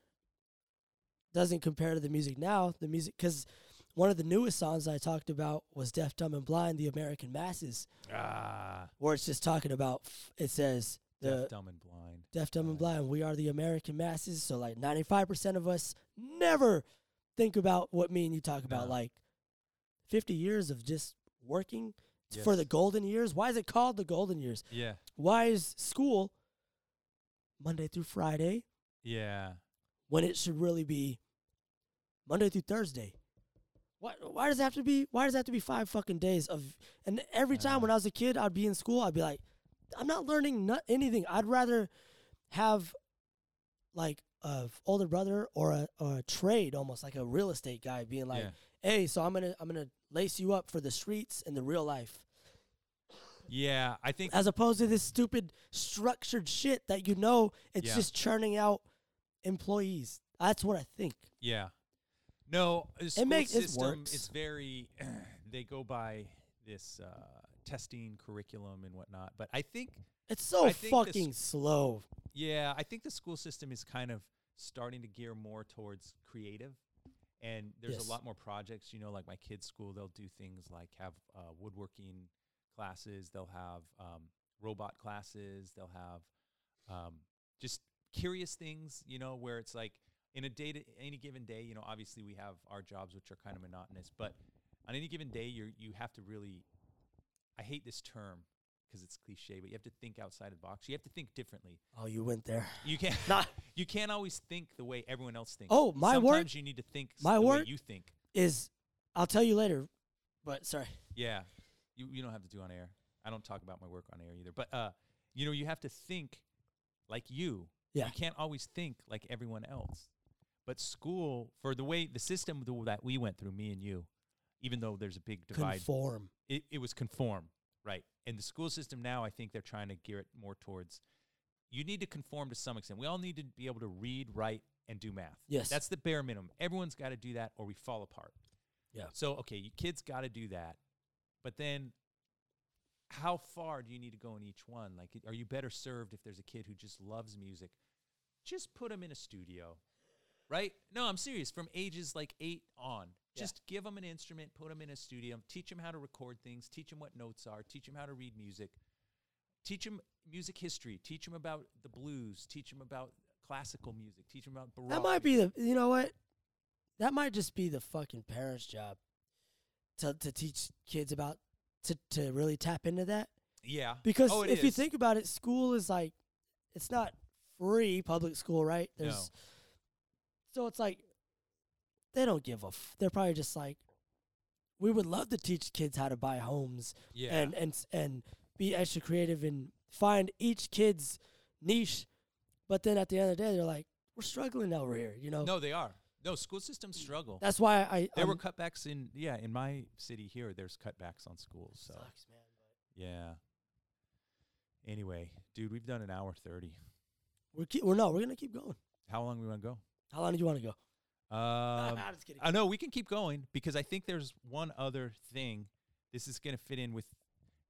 [SPEAKER 1] doesn't compare to the music now. The music because one of the newest songs I talked about was "Deaf, Dumb, and Blind," the American Masses.
[SPEAKER 2] ah.
[SPEAKER 1] where it's just talking about f- it says the
[SPEAKER 2] deaf,
[SPEAKER 1] deaf, dumb,
[SPEAKER 2] dumb, and blind.
[SPEAKER 1] and
[SPEAKER 2] blind.
[SPEAKER 1] blind we are the american masses so like 95% of us never think about what me and you talk about
[SPEAKER 2] No.
[SPEAKER 1] like 50 years of just working t- for the
[SPEAKER 2] Yes.
[SPEAKER 1] golden years why is it called the golden years
[SPEAKER 2] Yeah.
[SPEAKER 1] why is school monday through friday
[SPEAKER 2] Yeah.
[SPEAKER 1] when it should really be monday through thursday why, why does it have to be why does it have to be five fucking days of and every time
[SPEAKER 2] Yeah.
[SPEAKER 1] when I was a kid I'd be in school I'd be like I'm not learning not anything I'd rather have like a f- older brother or a or a trade almost like a real estate guy being like
[SPEAKER 2] yeah.
[SPEAKER 1] hey so I'm going to I'm going to lace you up for the streets and the real life
[SPEAKER 2] Yeah. I think.
[SPEAKER 1] as opposed to this stupid structured shit that you know it's
[SPEAKER 2] Yeah.
[SPEAKER 1] just churning out employees that's what I think
[SPEAKER 2] Yeah. No, the school
[SPEAKER 1] makes- it
[SPEAKER 2] system,
[SPEAKER 1] works.
[SPEAKER 2] It's very. they go by this uh, testing curriculum and whatnot. But I think,
[SPEAKER 1] It's so
[SPEAKER 2] I think this-
[SPEAKER 1] fucking slow.
[SPEAKER 2] yeah, I think the school system is kind of starting to gear more towards creative. And there's
[SPEAKER 1] Yes.
[SPEAKER 2] a lot more projects. You know, like my kids' school, they'll do things like have uh, woodworking classes. They'll have um, robot classes. They'll have um, just curious things, you know, where it's like in a day to any given day, you know, obviously we have our jobs which are kind of monotonous, but on any given day, you you have to really. I hate this term because it's cliche, but you have to think outside of the box. You have to think differently.
[SPEAKER 1] Oh, you went there.
[SPEAKER 2] You can't
[SPEAKER 1] Nah.
[SPEAKER 2] you can't always think the way everyone else thinks.
[SPEAKER 1] Oh, my
[SPEAKER 2] Sometimes
[SPEAKER 1] work-
[SPEAKER 2] you need to think s-
[SPEAKER 1] my
[SPEAKER 2] the
[SPEAKER 1] work-
[SPEAKER 2] way you think.
[SPEAKER 1] Is I'll tell you later, but sorry.
[SPEAKER 2] Yeah, you you don't have to do on air. I don't talk about my work on air either. But uh, you know, you have to think like you.
[SPEAKER 1] Yeah.
[SPEAKER 2] You can't always think like everyone else. But school, for the way the system th- that we went through, me and you, even though there's a big divide,
[SPEAKER 1] Conform.
[SPEAKER 2] it, it was conform, right? And the school system now, I think they're trying to gear it more towards. You need to conform to some extent. We all need to be able to read, write, and do math.
[SPEAKER 1] Yes.
[SPEAKER 2] that's the bare minimum. Everyone's got to do that, or we fall apart.
[SPEAKER 1] Yeah.
[SPEAKER 2] So okay, you kids got to do that, but then how far do you need to go in each one? Like, are you better served if there's a kid who just loves music? Just put them in a studio, right? No, I'm serious. From ages like eight on,
[SPEAKER 1] Yeah.
[SPEAKER 2] just give them an instrument, put them in a studio, teach them how to record things, teach them what notes are, teach them how to read music, teach them music history, teach them about the blues, teach them about classical music, teach them about baroque.
[SPEAKER 1] That might be the. You know what? That might just be the fucking parents' job to to teach kids about to to really tap into that
[SPEAKER 2] yeah,
[SPEAKER 1] because
[SPEAKER 2] Oh, it
[SPEAKER 1] if you
[SPEAKER 2] is.
[SPEAKER 1] think about it, school is like it's not free public school, right?
[SPEAKER 2] No.
[SPEAKER 1] So it's like they don't give a. F- they're probably just like, we would love to teach kids how to buy homes
[SPEAKER 2] yeah,
[SPEAKER 1] and and s- and be extra creative and find each kid's niche. But then at the end of the day, they're like, we're struggling over here, you know.
[SPEAKER 2] No, they are. No, school systems struggle.
[SPEAKER 1] That's why I
[SPEAKER 2] there were
[SPEAKER 1] I'm-
[SPEAKER 2] cutbacks in yeah, in my city here. There's cutbacks on schools. So
[SPEAKER 1] Sucks, man.
[SPEAKER 2] yeah. Anyway, dude, we've done an hour thirty.
[SPEAKER 1] We're keep, we're no, we're gonna keep going.
[SPEAKER 2] How long we want to go?
[SPEAKER 1] How long do you want to go?
[SPEAKER 2] Um,
[SPEAKER 1] I'm just kidding.
[SPEAKER 2] I know we can keep going because I think there's one other thing. This is going to fit in with.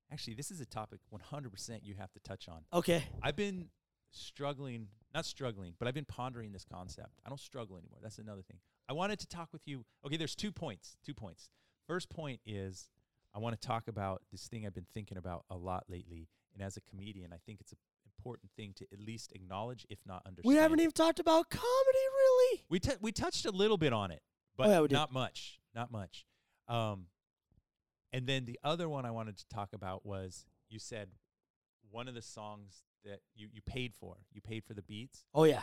[SPEAKER 2] Actually, this is a topic 100% you have to touch on.
[SPEAKER 1] okay,
[SPEAKER 2] I've been struggling, not struggling, but I've been pondering this concept. I don't struggle anymore. That's another thing. I wanted to talk with you. Okay, there's two points. Two points. First point is I want to talk about this thing I've been thinking about a lot lately. And as a comedian, I think it's a, important thing to at least acknowledge, if not understand.
[SPEAKER 1] We haven't even talked about comedy, really.
[SPEAKER 2] We tou- we touched a little bit on it, but
[SPEAKER 1] Oh, yeah, we did.
[SPEAKER 2] not much. Not much. Um, and then the other one I wanted to talk about was you said one of the songs that you, you paid for. You paid for the beats,
[SPEAKER 1] Oh yeah,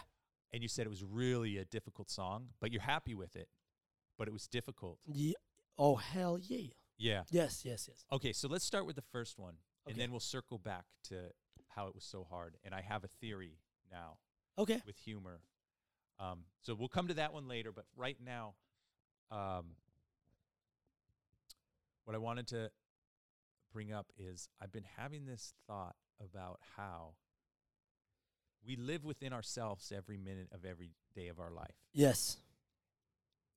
[SPEAKER 2] and you said it was really a difficult song, but you're happy with it. But it was difficult.
[SPEAKER 1] Ye- Oh hell yeah.
[SPEAKER 2] Yeah.
[SPEAKER 1] Yes, yes, yes.
[SPEAKER 2] Okay, so let's start with the first one, and
[SPEAKER 1] Okay.
[SPEAKER 2] then we'll circle back to how it was so hard. And I have a theory now
[SPEAKER 1] Okay.
[SPEAKER 2] with humor. Um, so we'll come to that one later, but right now, um, what I wanted to bring up is I've been having this thought about how we live within ourselves every minute of every day of our life.
[SPEAKER 1] Yes.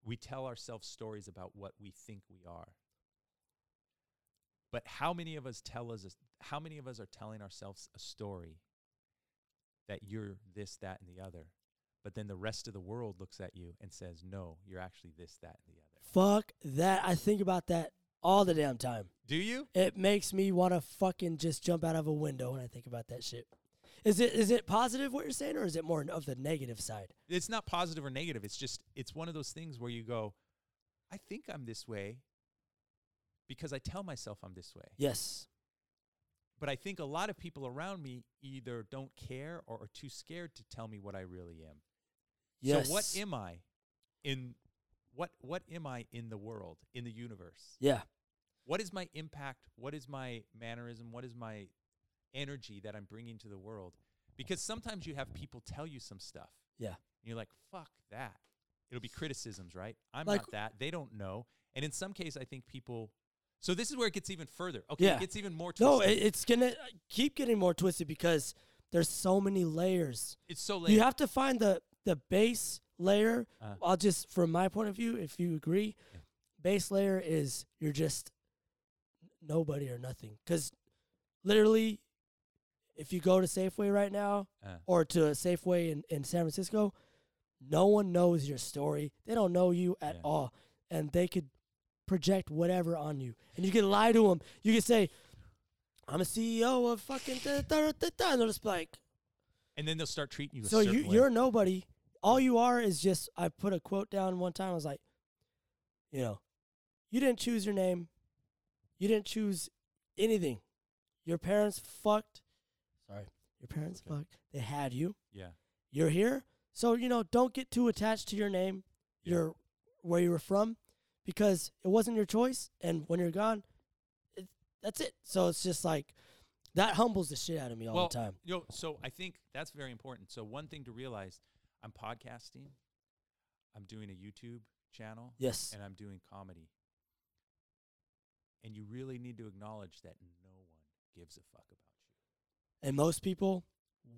[SPEAKER 2] We tell ourselves stories about what we think we are. But how many of us tell us how many of us are telling ourselves a story that you're this, that, and the other, but then the rest of the world looks at you and says, "No, you're actually this, that, and the other."
[SPEAKER 1] Fuck that. I think about that all the damn time.
[SPEAKER 2] Do you?
[SPEAKER 1] It makes me want to fucking just jump out of a window when I think about that shit. Is it is it positive what you're saying, or is it more of the negative side?
[SPEAKER 2] It's not positive or negative. It's just it's one of those things where you go, "I think I'm this way because I tell myself I'm this way."
[SPEAKER 1] Yes.
[SPEAKER 2] But I think a lot of people around me either don't care or are too scared to tell me what I really am.
[SPEAKER 1] Yes.
[SPEAKER 2] So what am I in what what am I in the world, in the universe?
[SPEAKER 1] Yeah.
[SPEAKER 2] What is my impact? What is my mannerism? What is my energy that I'm bringing to the world? Because sometimes you have people tell you some stuff.
[SPEAKER 1] Yeah.
[SPEAKER 2] And you're like, "Fuck that." It'll be criticisms, right? I'm
[SPEAKER 1] Like-
[SPEAKER 2] not that. They don't know. And in some case I think people So this is where it gets even further. Okay,
[SPEAKER 1] Yeah.
[SPEAKER 2] it gets even more twisted.
[SPEAKER 1] No, it, it's gonna keep getting more twisted because there's so many layers.
[SPEAKER 2] it's so late.
[SPEAKER 1] You have to find the the base layer.
[SPEAKER 2] Uh.
[SPEAKER 1] I'll just from my point of view, if you agree, base layer is you're just nobody or nothing. Because literally, if you go to Safeway right now
[SPEAKER 2] Uh.
[SPEAKER 1] or to a Safeway in, in San Francisco, no one knows your story. They don't know you at
[SPEAKER 2] Yeah.
[SPEAKER 1] all, and they could project whatever on you, and you can lie to them. You can say. I'm a CEO of fucking da da da da da," and they're just like,
[SPEAKER 2] and then they'll start treating you a
[SPEAKER 1] so you
[SPEAKER 2] certain way.
[SPEAKER 1] you're nobody. All you are is just. I put a quote down one time. I was like, you know, you didn't choose your name. You didn't choose anything. Your parents fucked. Sorry, your parents
[SPEAKER 2] Okay.
[SPEAKER 1] fucked. They had you.
[SPEAKER 2] Yeah.
[SPEAKER 1] You're here. So you know, don't get too attached to your name,
[SPEAKER 2] Yeah.
[SPEAKER 1] your where you were from, because it wasn't your choice. And when you're gone, it, that's it. So it's just like that humbles the shit out of me all the time.
[SPEAKER 2] You know, so I think that's very important. So one thing to realize, I'm podcasting, I'm doing a YouTube channel,
[SPEAKER 1] Yes.
[SPEAKER 2] and I'm doing comedy. And you really need to acknowledge that no one gives a fuck about
[SPEAKER 1] And most people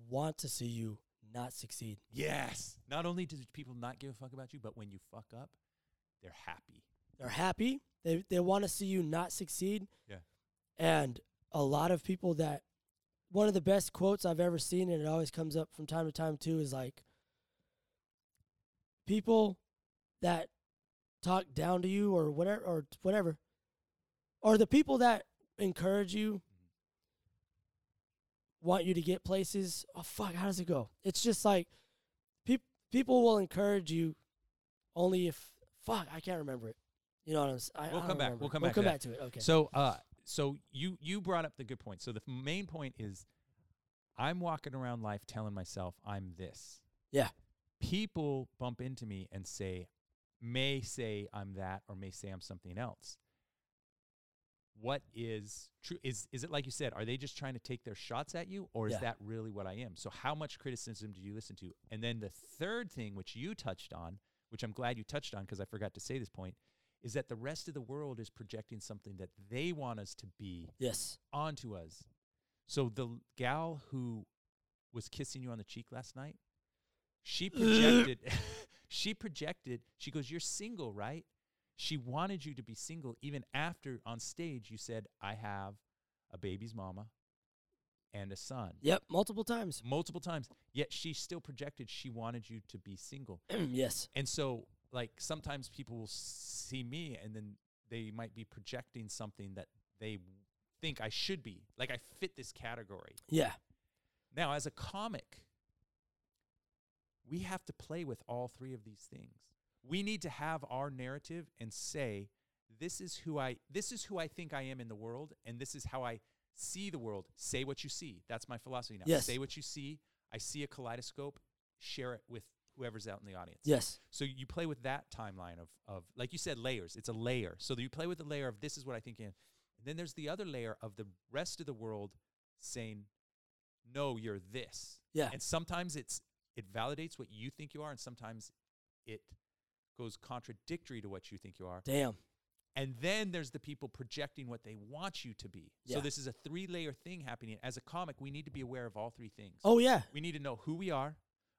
[SPEAKER 1] want to see you not succeed.
[SPEAKER 2] you. Yes. Not only do people not give a fuck about you, but when you fuck up, they're happy.
[SPEAKER 1] They're happy. They they want to see you not succeed.
[SPEAKER 2] Yeah.
[SPEAKER 1] And a lot of people that one of the best quotes I've ever seen and it always comes up from time to time too is like people that talk down to you or whatever or whatever or the people that encourage you want you to get places. Oh fuck, how does it go? It's just like peop- people will encourage you only if fuck, I can't remember it. You know what I'm saying?
[SPEAKER 2] We'll come back. We'll come back to
[SPEAKER 1] We'll
[SPEAKER 2] that.
[SPEAKER 1] come back to it. Okay.
[SPEAKER 2] So, uh, so you you brought up the good point. So the f- main point is, I'm walking around life telling myself I'm this.
[SPEAKER 1] Yeah.
[SPEAKER 2] People bump into me and say, may say I'm that, or may say I'm something else. What is true? Is is it like you said? Are they just trying to take their shots at you, or is
[SPEAKER 1] Yeah.
[SPEAKER 2] that really what I am? So how much criticism do you listen to? And then the third thing, which you touched on, which I'm glad you touched on because I forgot to say this point, is that the rest of the world is projecting something that they want us to be
[SPEAKER 1] yes.
[SPEAKER 2] onto us. So the l- gal who was kissing you on the cheek last night, she projected she projected, she goes, "You're single, right?" She wanted you to be single even after on stage you said, "I have a baby's mama and a son."
[SPEAKER 1] Yep. Multiple times.
[SPEAKER 2] Multiple times, yet she still projected she wanted you to be single.
[SPEAKER 1] yes.
[SPEAKER 2] And so, like, sometimes people will see me and then they might be projecting something that they think I should be. Like, I fit this category.
[SPEAKER 1] Yeah.
[SPEAKER 2] Now, as a comic, we have to play with all three of these things. We need to have our narrative and say, this is who I this is who I think I am in the world, and this is how I see the world. Say what you see. That's my philosophy now.
[SPEAKER 1] Yes.
[SPEAKER 2] Say what you see. I see a kaleidoscope, share it with whoever's out in the audience.
[SPEAKER 1] Yes.
[SPEAKER 2] So you play with that timeline of of like you said layers. It's a layer. So you play with the layer of this is what I think in. And then there's the other layer of the rest of the world saying no you're this.
[SPEAKER 1] Yeah.
[SPEAKER 2] And sometimes it's it validates what you think you are and sometimes it goes contradictory to what you think you are.
[SPEAKER 1] Damn.
[SPEAKER 2] And then there's the people projecting what they want you to be.
[SPEAKER 1] Yeah.
[SPEAKER 2] So this is a three-layer thing happening. As a comic, we need to be aware of all three things.
[SPEAKER 1] Oh yeah.
[SPEAKER 2] We need to know who we are.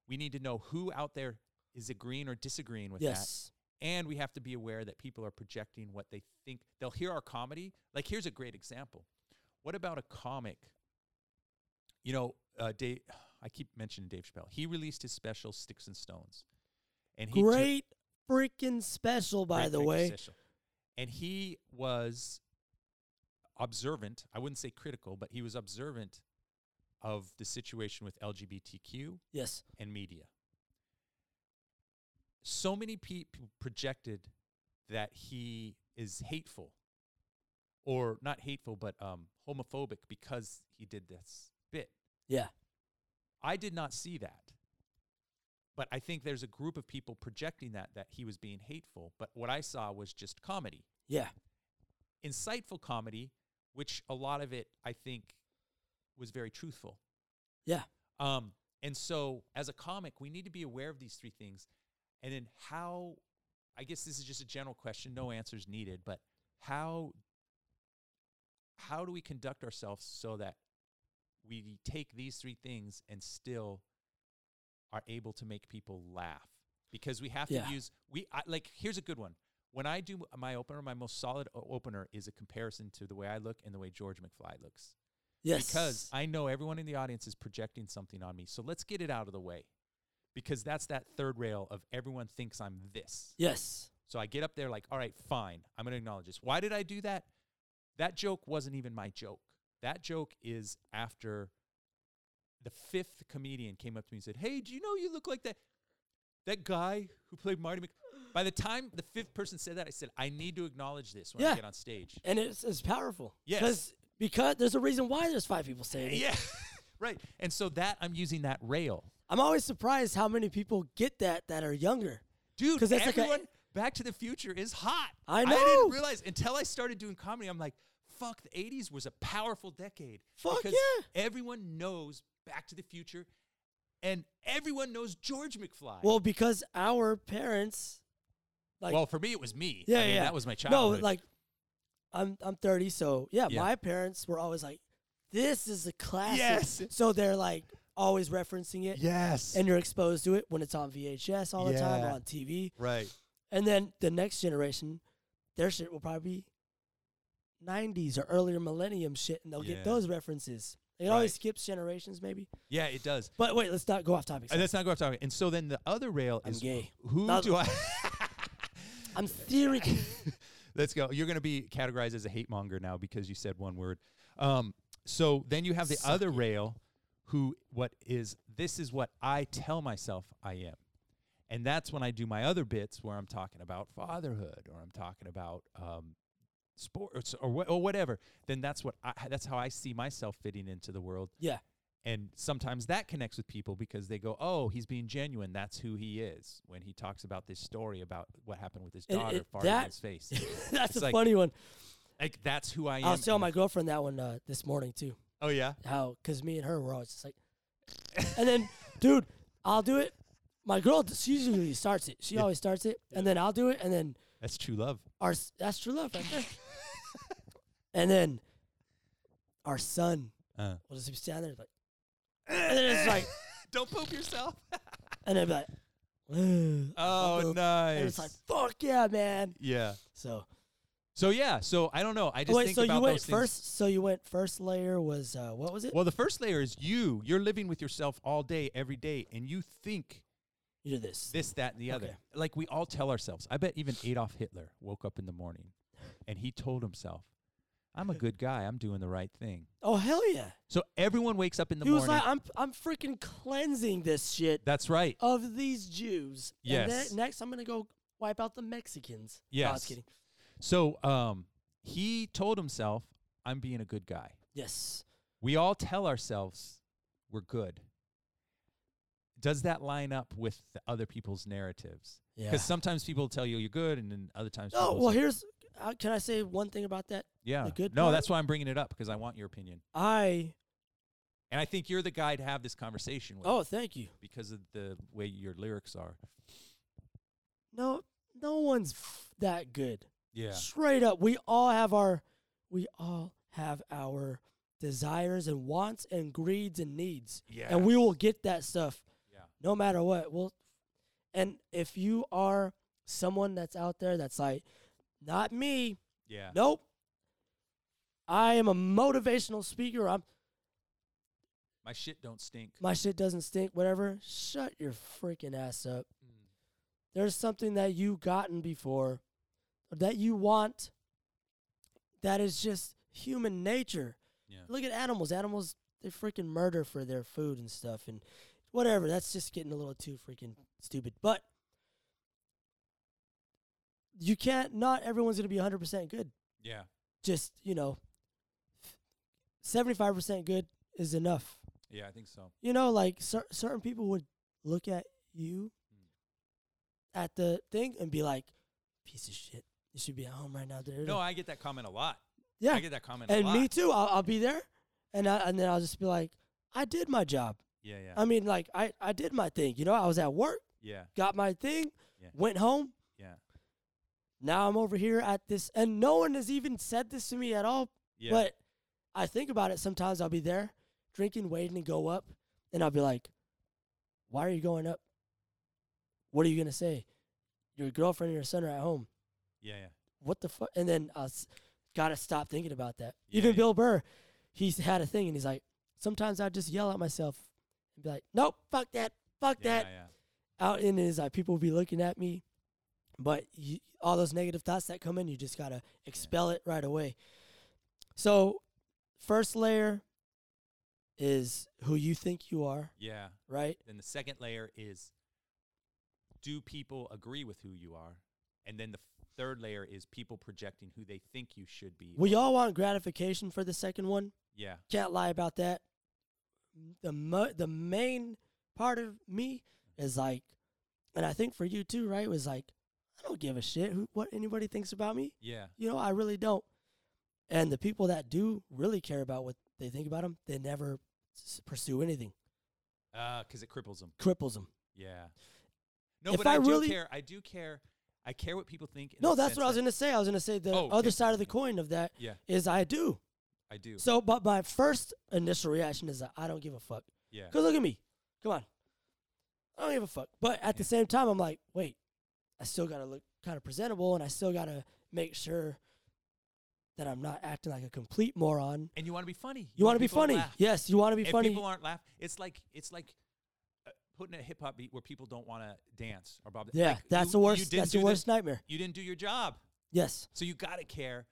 [SPEAKER 2] We need to know who out there is agreeing or disagreeing with that.
[SPEAKER 1] Yes.
[SPEAKER 2] And we have to be aware that people are projecting what they think. They'll hear our comedy. Like, here's a great example. What about a comic? You know, uh, Dave, I keep mentioning Dave Chappelle. He released his special, Sticks and Stones. And he took-
[SPEAKER 1] Great freaking special, by
[SPEAKER 2] great
[SPEAKER 1] the
[SPEAKER 2] freaking
[SPEAKER 1] way.
[SPEAKER 2] special. And he was observant. I wouldn't say critical, but he was observant of the situation with LGBTQ
[SPEAKER 1] Yes.
[SPEAKER 2] and media. So many people projected that he is hateful, or not hateful, but um, homophobic because he did this bit.
[SPEAKER 1] Yeah.
[SPEAKER 2] I did not see that. But I think there's a group of people projecting that, that he was being hateful. But what I saw was just comedy,
[SPEAKER 1] Yeah.
[SPEAKER 2] insightful comedy, which a lot of it, I think, was very truthful.
[SPEAKER 1] Yeah.
[SPEAKER 2] Um, and so, as a comic, we need to be aware of these three things. And then, how I guess this is just a general question, no answers needed, but how how do we conduct ourselves so that we take these three things and still are able to make people laugh? Because we have
[SPEAKER 1] Yeah.
[SPEAKER 2] to use we I, like here's a good one. When I do my opener, my most solid o- opener is a comparison to the way I look and the way George McFly looks
[SPEAKER 1] Yes.
[SPEAKER 2] because I know everyone in the audience is projecting something on me. So let's get it out of the way because that's that third rail of everyone thinks I'm this.
[SPEAKER 1] yes.
[SPEAKER 2] So I get up there like, all right, fine. I'm going to acknowledge this. Why did I do that? That joke wasn't even my joke. That joke is after the fifth comedian came up to me and said, hey, do you know you look like that? That guy who played Marty Mc. By the time the fifth person said that, I said, I need to acknowledge this when I
[SPEAKER 1] Yeah.
[SPEAKER 2] get on stage.
[SPEAKER 1] And it's it's powerful.
[SPEAKER 2] Yes.
[SPEAKER 1] Because because there's a reason why there's five people saying it.
[SPEAKER 2] Yeah. right. And so that I'm using that rail.
[SPEAKER 1] I'm always surprised how many people get that that are younger.
[SPEAKER 2] dude.
[SPEAKER 1] 'Cause that's like a-
[SPEAKER 2] everyone Back to the Future is hot.
[SPEAKER 1] I
[SPEAKER 2] I didn't
[SPEAKER 1] know.
[SPEAKER 2] realize until I started doing comedy. I'm like, fuck. The '80s was a powerful decade.
[SPEAKER 1] Fuck
[SPEAKER 2] because
[SPEAKER 1] yeah.
[SPEAKER 2] Everyone knows Back to the Future, and everyone knows George McFly.
[SPEAKER 1] Well, because our parents, like,
[SPEAKER 2] Well, for me, it was me.
[SPEAKER 1] yeah,
[SPEAKER 2] I mean,
[SPEAKER 1] yeah,
[SPEAKER 2] That was my childhood.
[SPEAKER 1] No, like, I'm I'm 30, so yeah,
[SPEAKER 2] Yeah.
[SPEAKER 1] my parents were always like, "This is a classic."
[SPEAKER 2] Yes.
[SPEAKER 1] So they're like always referencing it,
[SPEAKER 2] yes,
[SPEAKER 1] and you're exposed to it when it's on VHS all the time,
[SPEAKER 2] Yeah.
[SPEAKER 1] on TV,
[SPEAKER 2] right.
[SPEAKER 1] and then the next generation, their shit will probably be 90s or earlier millennium shit, and they'll
[SPEAKER 2] Yeah.
[SPEAKER 1] get those references. It always
[SPEAKER 2] Right.
[SPEAKER 1] skips generations, maybe.
[SPEAKER 2] Yeah, it does.
[SPEAKER 1] But wait, let's not go off topic.
[SPEAKER 2] And that's not going off topic. And so then the other rail
[SPEAKER 1] I'm
[SPEAKER 2] is
[SPEAKER 1] gay.
[SPEAKER 2] who
[SPEAKER 1] No.
[SPEAKER 2] do I?
[SPEAKER 1] I'm theory.
[SPEAKER 2] Let's go. You're going to be categorized as a hate monger now because you said one word. Um, so then you have the
[SPEAKER 1] Suck
[SPEAKER 2] other rail, who what is this is what I tell myself I am, and that's when I do my other bits where I'm talking about fatherhood or I'm talking about um, sports or wha- or whatever. Then that's what I, that's how I see myself fitting into the world,
[SPEAKER 1] yeah.
[SPEAKER 2] and sometimes that connects with people because they go, "Oh, he's being genuine. That's who he is." When he talks about this story about what happened with his
[SPEAKER 1] And
[SPEAKER 2] daughter
[SPEAKER 1] it-
[SPEAKER 2] farting in
[SPEAKER 1] that-
[SPEAKER 2] his face.
[SPEAKER 1] That's
[SPEAKER 2] It's
[SPEAKER 1] a
[SPEAKER 2] like-
[SPEAKER 1] funny one.
[SPEAKER 2] Like that's who I am.
[SPEAKER 1] I was telling
[SPEAKER 2] and-
[SPEAKER 1] my girlfriend that one uh, this morning too.
[SPEAKER 2] Oh yeah.
[SPEAKER 1] How? Because me and her were always just like, and then, dude, I'll do it. My girl, she usually starts it. She
[SPEAKER 2] Yeah.
[SPEAKER 1] always starts it, and then I'll do it, and then
[SPEAKER 2] That's true love.
[SPEAKER 1] our s- that's true love right there. and then our son
[SPEAKER 2] Uh.
[SPEAKER 1] will just be standing there like, and then it's like,
[SPEAKER 2] Don't poop yourself.
[SPEAKER 1] and then be like, "Ugh."
[SPEAKER 2] oh,
[SPEAKER 1] And
[SPEAKER 2] nice.
[SPEAKER 1] it's like, fuck yeah, man.
[SPEAKER 2] yeah.
[SPEAKER 1] So oh,
[SPEAKER 2] So yeah. So I don't know. I just
[SPEAKER 1] wait,
[SPEAKER 2] think
[SPEAKER 1] so
[SPEAKER 2] about
[SPEAKER 1] you went
[SPEAKER 2] those things.
[SPEAKER 1] first. So you went first layer was uh, what was it?
[SPEAKER 2] Well, the first layer is you. You're living with yourself all day, every day, and you think
[SPEAKER 1] You did this.
[SPEAKER 2] this, that, and the other.
[SPEAKER 1] Okay.
[SPEAKER 2] Like we all tell ourselves. I bet even Adolf Hitler woke up in the morning, and he told himself, I'm a good guy. I'm doing the right thing.
[SPEAKER 1] Oh hell yeah!
[SPEAKER 2] So everyone wakes up in the
[SPEAKER 1] he was
[SPEAKER 2] morning.
[SPEAKER 1] like, I'm I'm freaking cleansing this shit
[SPEAKER 2] That's right.
[SPEAKER 1] of these Jews. And
[SPEAKER 2] Yes.
[SPEAKER 1] then next, I'm gonna go wipe out the Mexicans. No, I was
[SPEAKER 2] Yes.
[SPEAKER 1] kidding.
[SPEAKER 2] So um, he told himself, I'm being a good guy.
[SPEAKER 1] Yes.
[SPEAKER 2] We all tell ourselves we're good. Does that line up with the other people's narratives?
[SPEAKER 1] Yeah.
[SPEAKER 2] Because sometimes people tell you you're good, and then other times.
[SPEAKER 1] Oh
[SPEAKER 2] people
[SPEAKER 1] well,
[SPEAKER 2] say-
[SPEAKER 1] here's. Uh, can I say one thing about that?
[SPEAKER 2] yeah,
[SPEAKER 1] the good
[SPEAKER 2] no,
[SPEAKER 1] part-
[SPEAKER 2] that's why I'm bringing it up because I want your opinion,
[SPEAKER 1] I.
[SPEAKER 2] and I think you're the guy to have this conversation with
[SPEAKER 1] Oh, thank you.
[SPEAKER 2] because of the way your lyrics are.
[SPEAKER 1] No, no one's f- that good.
[SPEAKER 2] Yeah,
[SPEAKER 1] Straight up, we all have our, we all have our desires and wants and greeds and needs,
[SPEAKER 2] yeah,
[SPEAKER 1] and we will get that stuff
[SPEAKER 2] yeah,
[SPEAKER 1] no matter what. Well, and if you are someone that's out there that's like, not me,
[SPEAKER 2] yeah,
[SPEAKER 1] nope. I am a motivational speaker. I'm
[SPEAKER 2] My shit don't stink.
[SPEAKER 1] my shit doesn't stink, whatever. Shut your freaking ass up.
[SPEAKER 2] Mm.
[SPEAKER 1] There's something that you gotten before or that you want that is just human nature.
[SPEAKER 2] yeah,
[SPEAKER 1] Look at animals. Animals they freaking murder for their food and stuff and whatever. That's just getting a little too freaking stupid. But you can't not everyone's going to be 100% good.
[SPEAKER 2] yeah,
[SPEAKER 1] Just, you know, 75% good is enough
[SPEAKER 2] yeah. I think so.
[SPEAKER 1] you know, like cer- certain people would look at you at the thing and be like, "Piece of shit, you should be at home right now." da-da-da."
[SPEAKER 2] No, I get that comment a lot.
[SPEAKER 1] yeah,
[SPEAKER 2] I get that comment
[SPEAKER 1] and
[SPEAKER 2] a lot.
[SPEAKER 1] me too. I'll, I'll be there, and I, and then I'll just be like, "I did my job.
[SPEAKER 2] Yeah, yeah,
[SPEAKER 1] I mean, like I I did my thing. You know, I was at work,
[SPEAKER 2] yeah,
[SPEAKER 1] got my thing,
[SPEAKER 2] Yeah.
[SPEAKER 1] went home.
[SPEAKER 2] yeah,
[SPEAKER 1] Now I'm over here at this, and no one has even said this to me at all.
[SPEAKER 2] yeah.
[SPEAKER 1] But I think about it sometimes. I'll be there drinking, waiting to go up, and I'll be like, "Why are you going up? What are you gonna say? Your girlfriend and your son are at home.
[SPEAKER 2] yeah, yeah.
[SPEAKER 1] What the fuck?" And then I s- gotta stop thinking about that.
[SPEAKER 2] Yeah,
[SPEAKER 1] Even
[SPEAKER 2] yeah.
[SPEAKER 1] Bill Burr, he's had a thing, and he's like, "Sometimes I just yell at myself and be like, nope, fuck that, fuck
[SPEAKER 2] yeah,
[SPEAKER 1] that.'"
[SPEAKER 2] yeah.
[SPEAKER 1] Out in is like people will be looking at me, but you, all those negative thoughts that come in, you just gotta expel it right away. So, first layer is who you think you are,
[SPEAKER 2] Yeah.
[SPEAKER 1] right?
[SPEAKER 2] Then the second layer is do people agree with who you are? And then the f- third layer is people projecting who they think you should be.
[SPEAKER 1] We all want gratification for the second one.
[SPEAKER 2] yeah.
[SPEAKER 1] Can't lie about that. The mo- the main part of me is like, and I think for you too, right? Was like, I don't give a shit who, what anybody thinks about me.
[SPEAKER 2] Yeah.
[SPEAKER 1] you know, I really don't. And the people that do really care about what they think about them, they never s- pursue anything.
[SPEAKER 2] Because Uh, it cripples them.
[SPEAKER 1] Cripples them.
[SPEAKER 2] Yeah. No,
[SPEAKER 1] If
[SPEAKER 2] but I,
[SPEAKER 1] I
[SPEAKER 2] do
[SPEAKER 1] really-
[SPEAKER 2] care. I do care. I care what people think. in
[SPEAKER 1] No,
[SPEAKER 2] the
[SPEAKER 1] that's what I was
[SPEAKER 2] sense
[SPEAKER 1] gonna say. I was gonna say the
[SPEAKER 2] Oh, okay.
[SPEAKER 1] other side of the coin of that
[SPEAKER 2] that- Yeah,
[SPEAKER 1] is I do.
[SPEAKER 2] I do.
[SPEAKER 1] So, but my first initial reaction is that I don't give a fuck.
[SPEAKER 2] yeah.
[SPEAKER 1] Cause look at me, come on, I don't give a fuck. But at the same time, I'm like, wait, I still gotta look kind of presentable, and I still gotta make sure that I'm not acting like a complete moron.
[SPEAKER 2] And you want to be funny.
[SPEAKER 1] You want
[SPEAKER 2] want
[SPEAKER 1] to be
[SPEAKER 2] people
[SPEAKER 1] funny,
[SPEAKER 2] laugh.
[SPEAKER 1] yes. You want to be
[SPEAKER 2] if
[SPEAKER 1] funny.
[SPEAKER 2] people aren't laughing, it's like it's like uh, putting a hip hop beat where people don't want to dance or bob.
[SPEAKER 1] yeah,
[SPEAKER 2] like,
[SPEAKER 1] that's
[SPEAKER 2] you-
[SPEAKER 1] the
[SPEAKER 2] You
[SPEAKER 1] worst.
[SPEAKER 2] didn't
[SPEAKER 1] That's
[SPEAKER 2] do
[SPEAKER 1] your
[SPEAKER 2] this-
[SPEAKER 1] worst nightmare.
[SPEAKER 2] You didn't do your job.
[SPEAKER 1] Yes.
[SPEAKER 2] So you got to care,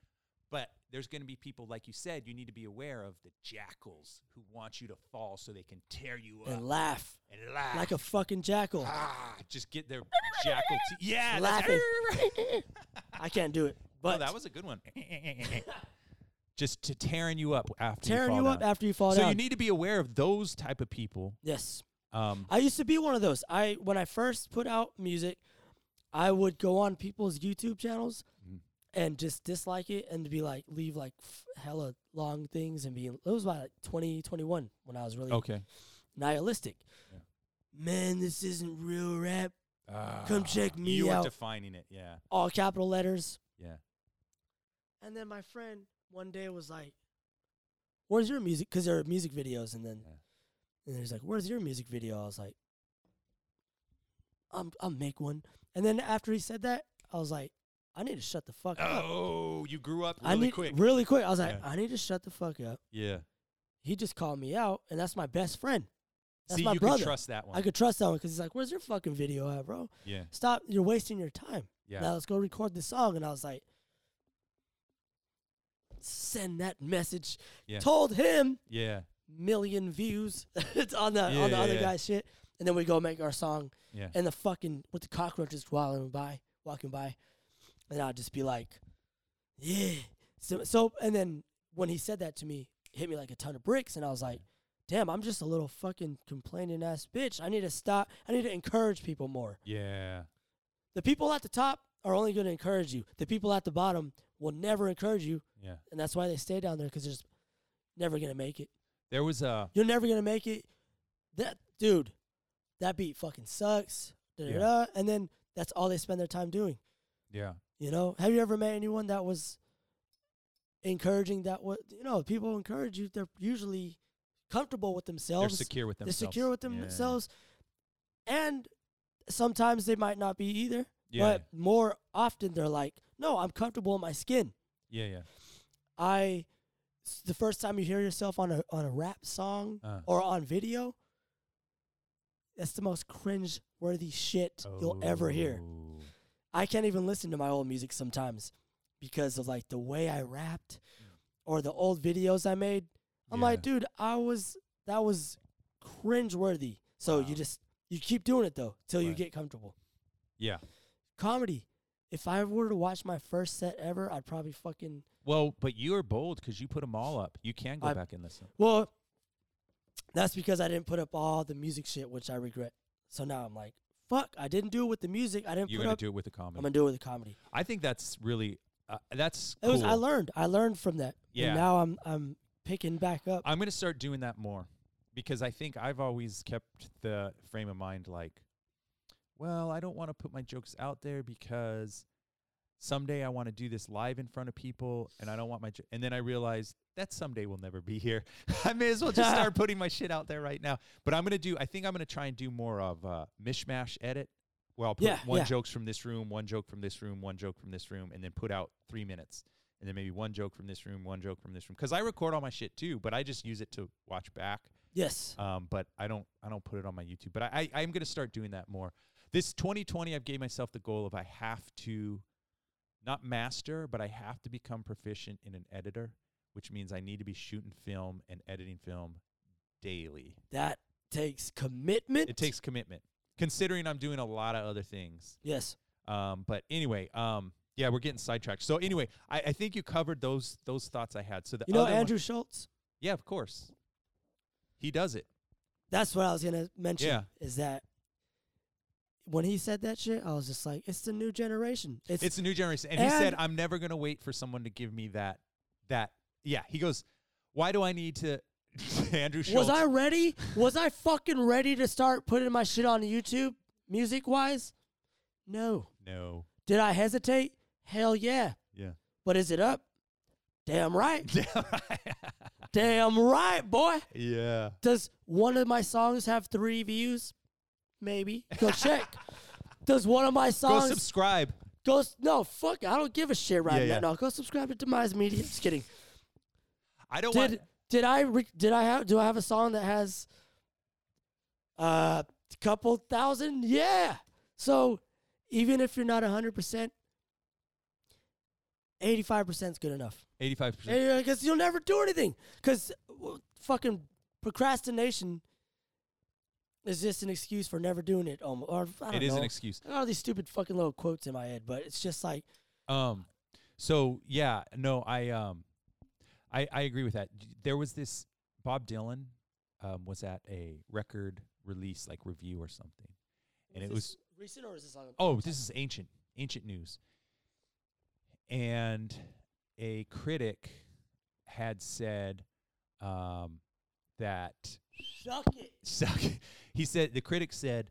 [SPEAKER 2] but there's going to be people like you said you need to be aware of the jackals who want you to fall so they can tear you up
[SPEAKER 1] and laugh
[SPEAKER 2] and laugh
[SPEAKER 1] like a fucking jackal.
[SPEAKER 2] ah, just get their jackal teeth. Yeah, that's-
[SPEAKER 1] Laughing. I can't do it. But
[SPEAKER 2] Oh, that was a good one. just to tearing you up after you
[SPEAKER 1] tearing
[SPEAKER 2] fall
[SPEAKER 1] you up
[SPEAKER 2] down.
[SPEAKER 1] after you fall
[SPEAKER 2] so
[SPEAKER 1] down.
[SPEAKER 2] you need to be aware of those type of people.
[SPEAKER 1] yes.
[SPEAKER 2] Um,
[SPEAKER 1] I used to be one of those. I when I first put out music, I would go on people's YouTube channels
[SPEAKER 2] Mm-hmm.
[SPEAKER 1] and just dislike it and be like leave like f- hella long things and be it was about like 20 21 when I was really
[SPEAKER 2] okay.
[SPEAKER 1] nihilistic.
[SPEAKER 2] Yeah.
[SPEAKER 1] Man, this isn't real rap.
[SPEAKER 2] Ah,
[SPEAKER 1] Come check me
[SPEAKER 2] you
[SPEAKER 1] out.
[SPEAKER 2] are defining it. Yeah.
[SPEAKER 1] All capital letters.
[SPEAKER 2] Yeah.
[SPEAKER 1] And then my friend one day was like, "Where's your music?" Because there are music videos, and then
[SPEAKER 2] Yeah.
[SPEAKER 1] and he's like, "Where's your music video?" I was like, "I'm I'll make one." And then after he said that, I was like, "I need to shut the fuck up."
[SPEAKER 2] Oh, you grew up
[SPEAKER 1] I
[SPEAKER 2] really
[SPEAKER 1] need
[SPEAKER 2] quick.
[SPEAKER 1] really quick. I was like,
[SPEAKER 2] Yeah.
[SPEAKER 1] "I need to shut the fuck up."
[SPEAKER 2] yeah.
[SPEAKER 1] He just called me out, and that's my best friend. That's
[SPEAKER 2] See,
[SPEAKER 1] my
[SPEAKER 2] you
[SPEAKER 1] brother.
[SPEAKER 2] can trust that one.
[SPEAKER 1] I could trust that one because he's like, "Where's your fucking video at, bro?
[SPEAKER 2] yeah.
[SPEAKER 1] Stop! You're wasting your time."
[SPEAKER 2] Yeah.
[SPEAKER 1] Now let's go record this song. And I was like, send that message.
[SPEAKER 2] Yeah.
[SPEAKER 1] Told him
[SPEAKER 2] Yeah.
[SPEAKER 1] million views It's on the
[SPEAKER 2] Yeah,
[SPEAKER 1] on the
[SPEAKER 2] yeah,
[SPEAKER 1] other
[SPEAKER 2] yeah.
[SPEAKER 1] guy's shit, and then we go make our song.
[SPEAKER 2] Yeah.
[SPEAKER 1] And the fucking with the cockroaches walking by, walking by, and I'd just be like, yeah. So, so and then when he said that to me, it hit me like a ton of bricks, and I was like, damn, I'm just a little fucking complaining ass bitch. I need to stop. I need to encourage people more.
[SPEAKER 2] Yeah.
[SPEAKER 1] The people at the top are only going to encourage you. The people at the bottom will never encourage you,
[SPEAKER 2] Yeah.
[SPEAKER 1] and that's why they stay down there because they're just never going to make it.
[SPEAKER 2] There was a
[SPEAKER 1] You're never gonna make it. That dude, that beat fucking sucks. Da, da,
[SPEAKER 2] Yeah.
[SPEAKER 1] da, and then that's all they spend their time doing.
[SPEAKER 2] yeah.
[SPEAKER 1] You know, have you ever met anyone that was encouraging that? What you know, people encourage you. They're usually comfortable with
[SPEAKER 2] They're
[SPEAKER 1] themselves.
[SPEAKER 2] secure with
[SPEAKER 1] They're
[SPEAKER 2] themselves.
[SPEAKER 1] secure with
[SPEAKER 2] Yeah.
[SPEAKER 1] themselves, and sometimes they might not be either.
[SPEAKER 2] Yeah.
[SPEAKER 1] But more often, they're like, "No, I'm comfortable in my skin."
[SPEAKER 2] Yeah. Yeah.
[SPEAKER 1] I s- the first time you hear yourself on a on a rap song
[SPEAKER 2] Uh.
[SPEAKER 1] or on video, that's the most cringe worthy shit you'll ever hear.
[SPEAKER 2] Oh.
[SPEAKER 1] I can't even listen to my old music sometimes because of like the way I rapped or the old videos I made. I'm like,
[SPEAKER 2] Mm. Yeah.
[SPEAKER 1] dude, I was that was cringe worthy. So
[SPEAKER 2] Wow.
[SPEAKER 1] you just you keep doing it though till you
[SPEAKER 2] Right.
[SPEAKER 1] get comfortable.
[SPEAKER 2] Yeah.
[SPEAKER 1] Comedy. If I were to watch my first set ever, I'd probably fucking
[SPEAKER 2] Well, but you are bold because you put them all up. You can go
[SPEAKER 1] I-
[SPEAKER 2] back and listen.
[SPEAKER 1] Well, that's because I didn't put up all the music shit, which I regret. So now I'm like, fuck, I didn't do it with the music. I didn't
[SPEAKER 2] You're
[SPEAKER 1] put
[SPEAKER 2] gonna
[SPEAKER 1] up.
[SPEAKER 2] do it with the
[SPEAKER 1] I'm
[SPEAKER 2] comedy.
[SPEAKER 1] gonna do it with the comedy.
[SPEAKER 2] I think that's really uh, that's.
[SPEAKER 1] It was. I
[SPEAKER 2] cool.
[SPEAKER 1] learned. I learned from that.
[SPEAKER 2] Yeah.
[SPEAKER 1] And now I'm I'm picking back up.
[SPEAKER 2] I'm gonna start doing that more because I think I've always kept the frame of mind like, well, I don't want to put my jokes out there because someday I want to do this live in front of people, and I don't want my. Jo- and then I realized that someday will never be here. I may as well just start putting my shit out there right now. But I'm gonna do. I think I'm gonna try and do more of uh, mishmash edit. Where I'll put
[SPEAKER 1] Yeah,
[SPEAKER 2] one
[SPEAKER 1] yeah.
[SPEAKER 2] jokes from this room, one joke from this room, one joke from this room, and then put out three minutes and then maybe one joke from this room, one joke from this room. Because I record all my shit too, but I just use it to watch back.
[SPEAKER 1] yes.
[SPEAKER 2] Um, but I don't, I don't put it on my YouTube. But I, I I'm gonna start doing that more. This 2020, I've gave myself the goal of I have to, not master, but I have to become proficient in an editor, which means I need to be shooting film and editing film daily.
[SPEAKER 1] That takes commitment.
[SPEAKER 2] It takes commitment, considering I'm doing a lot of other things.
[SPEAKER 1] Yes.
[SPEAKER 2] Um, but anyway, um, yeah, we're getting sidetracked. So anyway, I, I think you covered those those thoughts I had. So the
[SPEAKER 1] You know
[SPEAKER 2] other one-
[SPEAKER 1] Andrew Schultz.
[SPEAKER 2] yeah, of course, he does it.
[SPEAKER 1] That's what I was gonna mention.
[SPEAKER 2] Yeah.
[SPEAKER 1] Is that when he said that shit, I was just like, it's the new generation. It's,
[SPEAKER 2] It's, a new generation, and, he said,
[SPEAKER 1] and-
[SPEAKER 2] "I'm never gonna wait for someone to give me that that." Yeah, he goes, "Why do I need to?" Andrew Schultz.
[SPEAKER 1] Was I ready? Was I fucking ready to start putting my shit on YouTube music wise? No.
[SPEAKER 2] No.
[SPEAKER 1] Did I hesitate? Hell yeah.
[SPEAKER 2] Yeah.
[SPEAKER 1] But is it up? Damn right. Damn right, boy.
[SPEAKER 2] yeah.
[SPEAKER 1] Does one of my songs have three views? Maybe. Go check. Does one of my
[SPEAKER 2] Go
[SPEAKER 1] songs
[SPEAKER 2] subscribe.
[SPEAKER 1] go s- no fuck? I don't give a shit right
[SPEAKER 2] Yeah,
[SPEAKER 1] now.
[SPEAKER 2] yeah.
[SPEAKER 1] No, go subscribe to Demise Media. Just kidding.
[SPEAKER 2] I don't
[SPEAKER 1] did
[SPEAKER 2] want.
[SPEAKER 1] did I re- did I have do I have a song that has uh, a couple thousand? Yeah. So even if you're not hundred percent, eighty five percent is good enough.
[SPEAKER 2] Eighty-five percent.
[SPEAKER 1] Because you'll never do anything. Because fucking procrastination is just an excuse for never doing it. Almost, or I don't
[SPEAKER 2] It is
[SPEAKER 1] know.
[SPEAKER 2] an excuse.
[SPEAKER 1] I got all these stupid fucking little quotes in my head, but it's just like
[SPEAKER 2] Um, so yeah, no, I um, I I agree with that. D- There was this Bob Dylan, um, was at a record release like review or something, and it
[SPEAKER 1] Is
[SPEAKER 2] was
[SPEAKER 1] this recent or is this on?
[SPEAKER 2] oh this is ancient ancient news, and a critic had said, um, that
[SPEAKER 1] Suck it.
[SPEAKER 2] suck. He said the critic said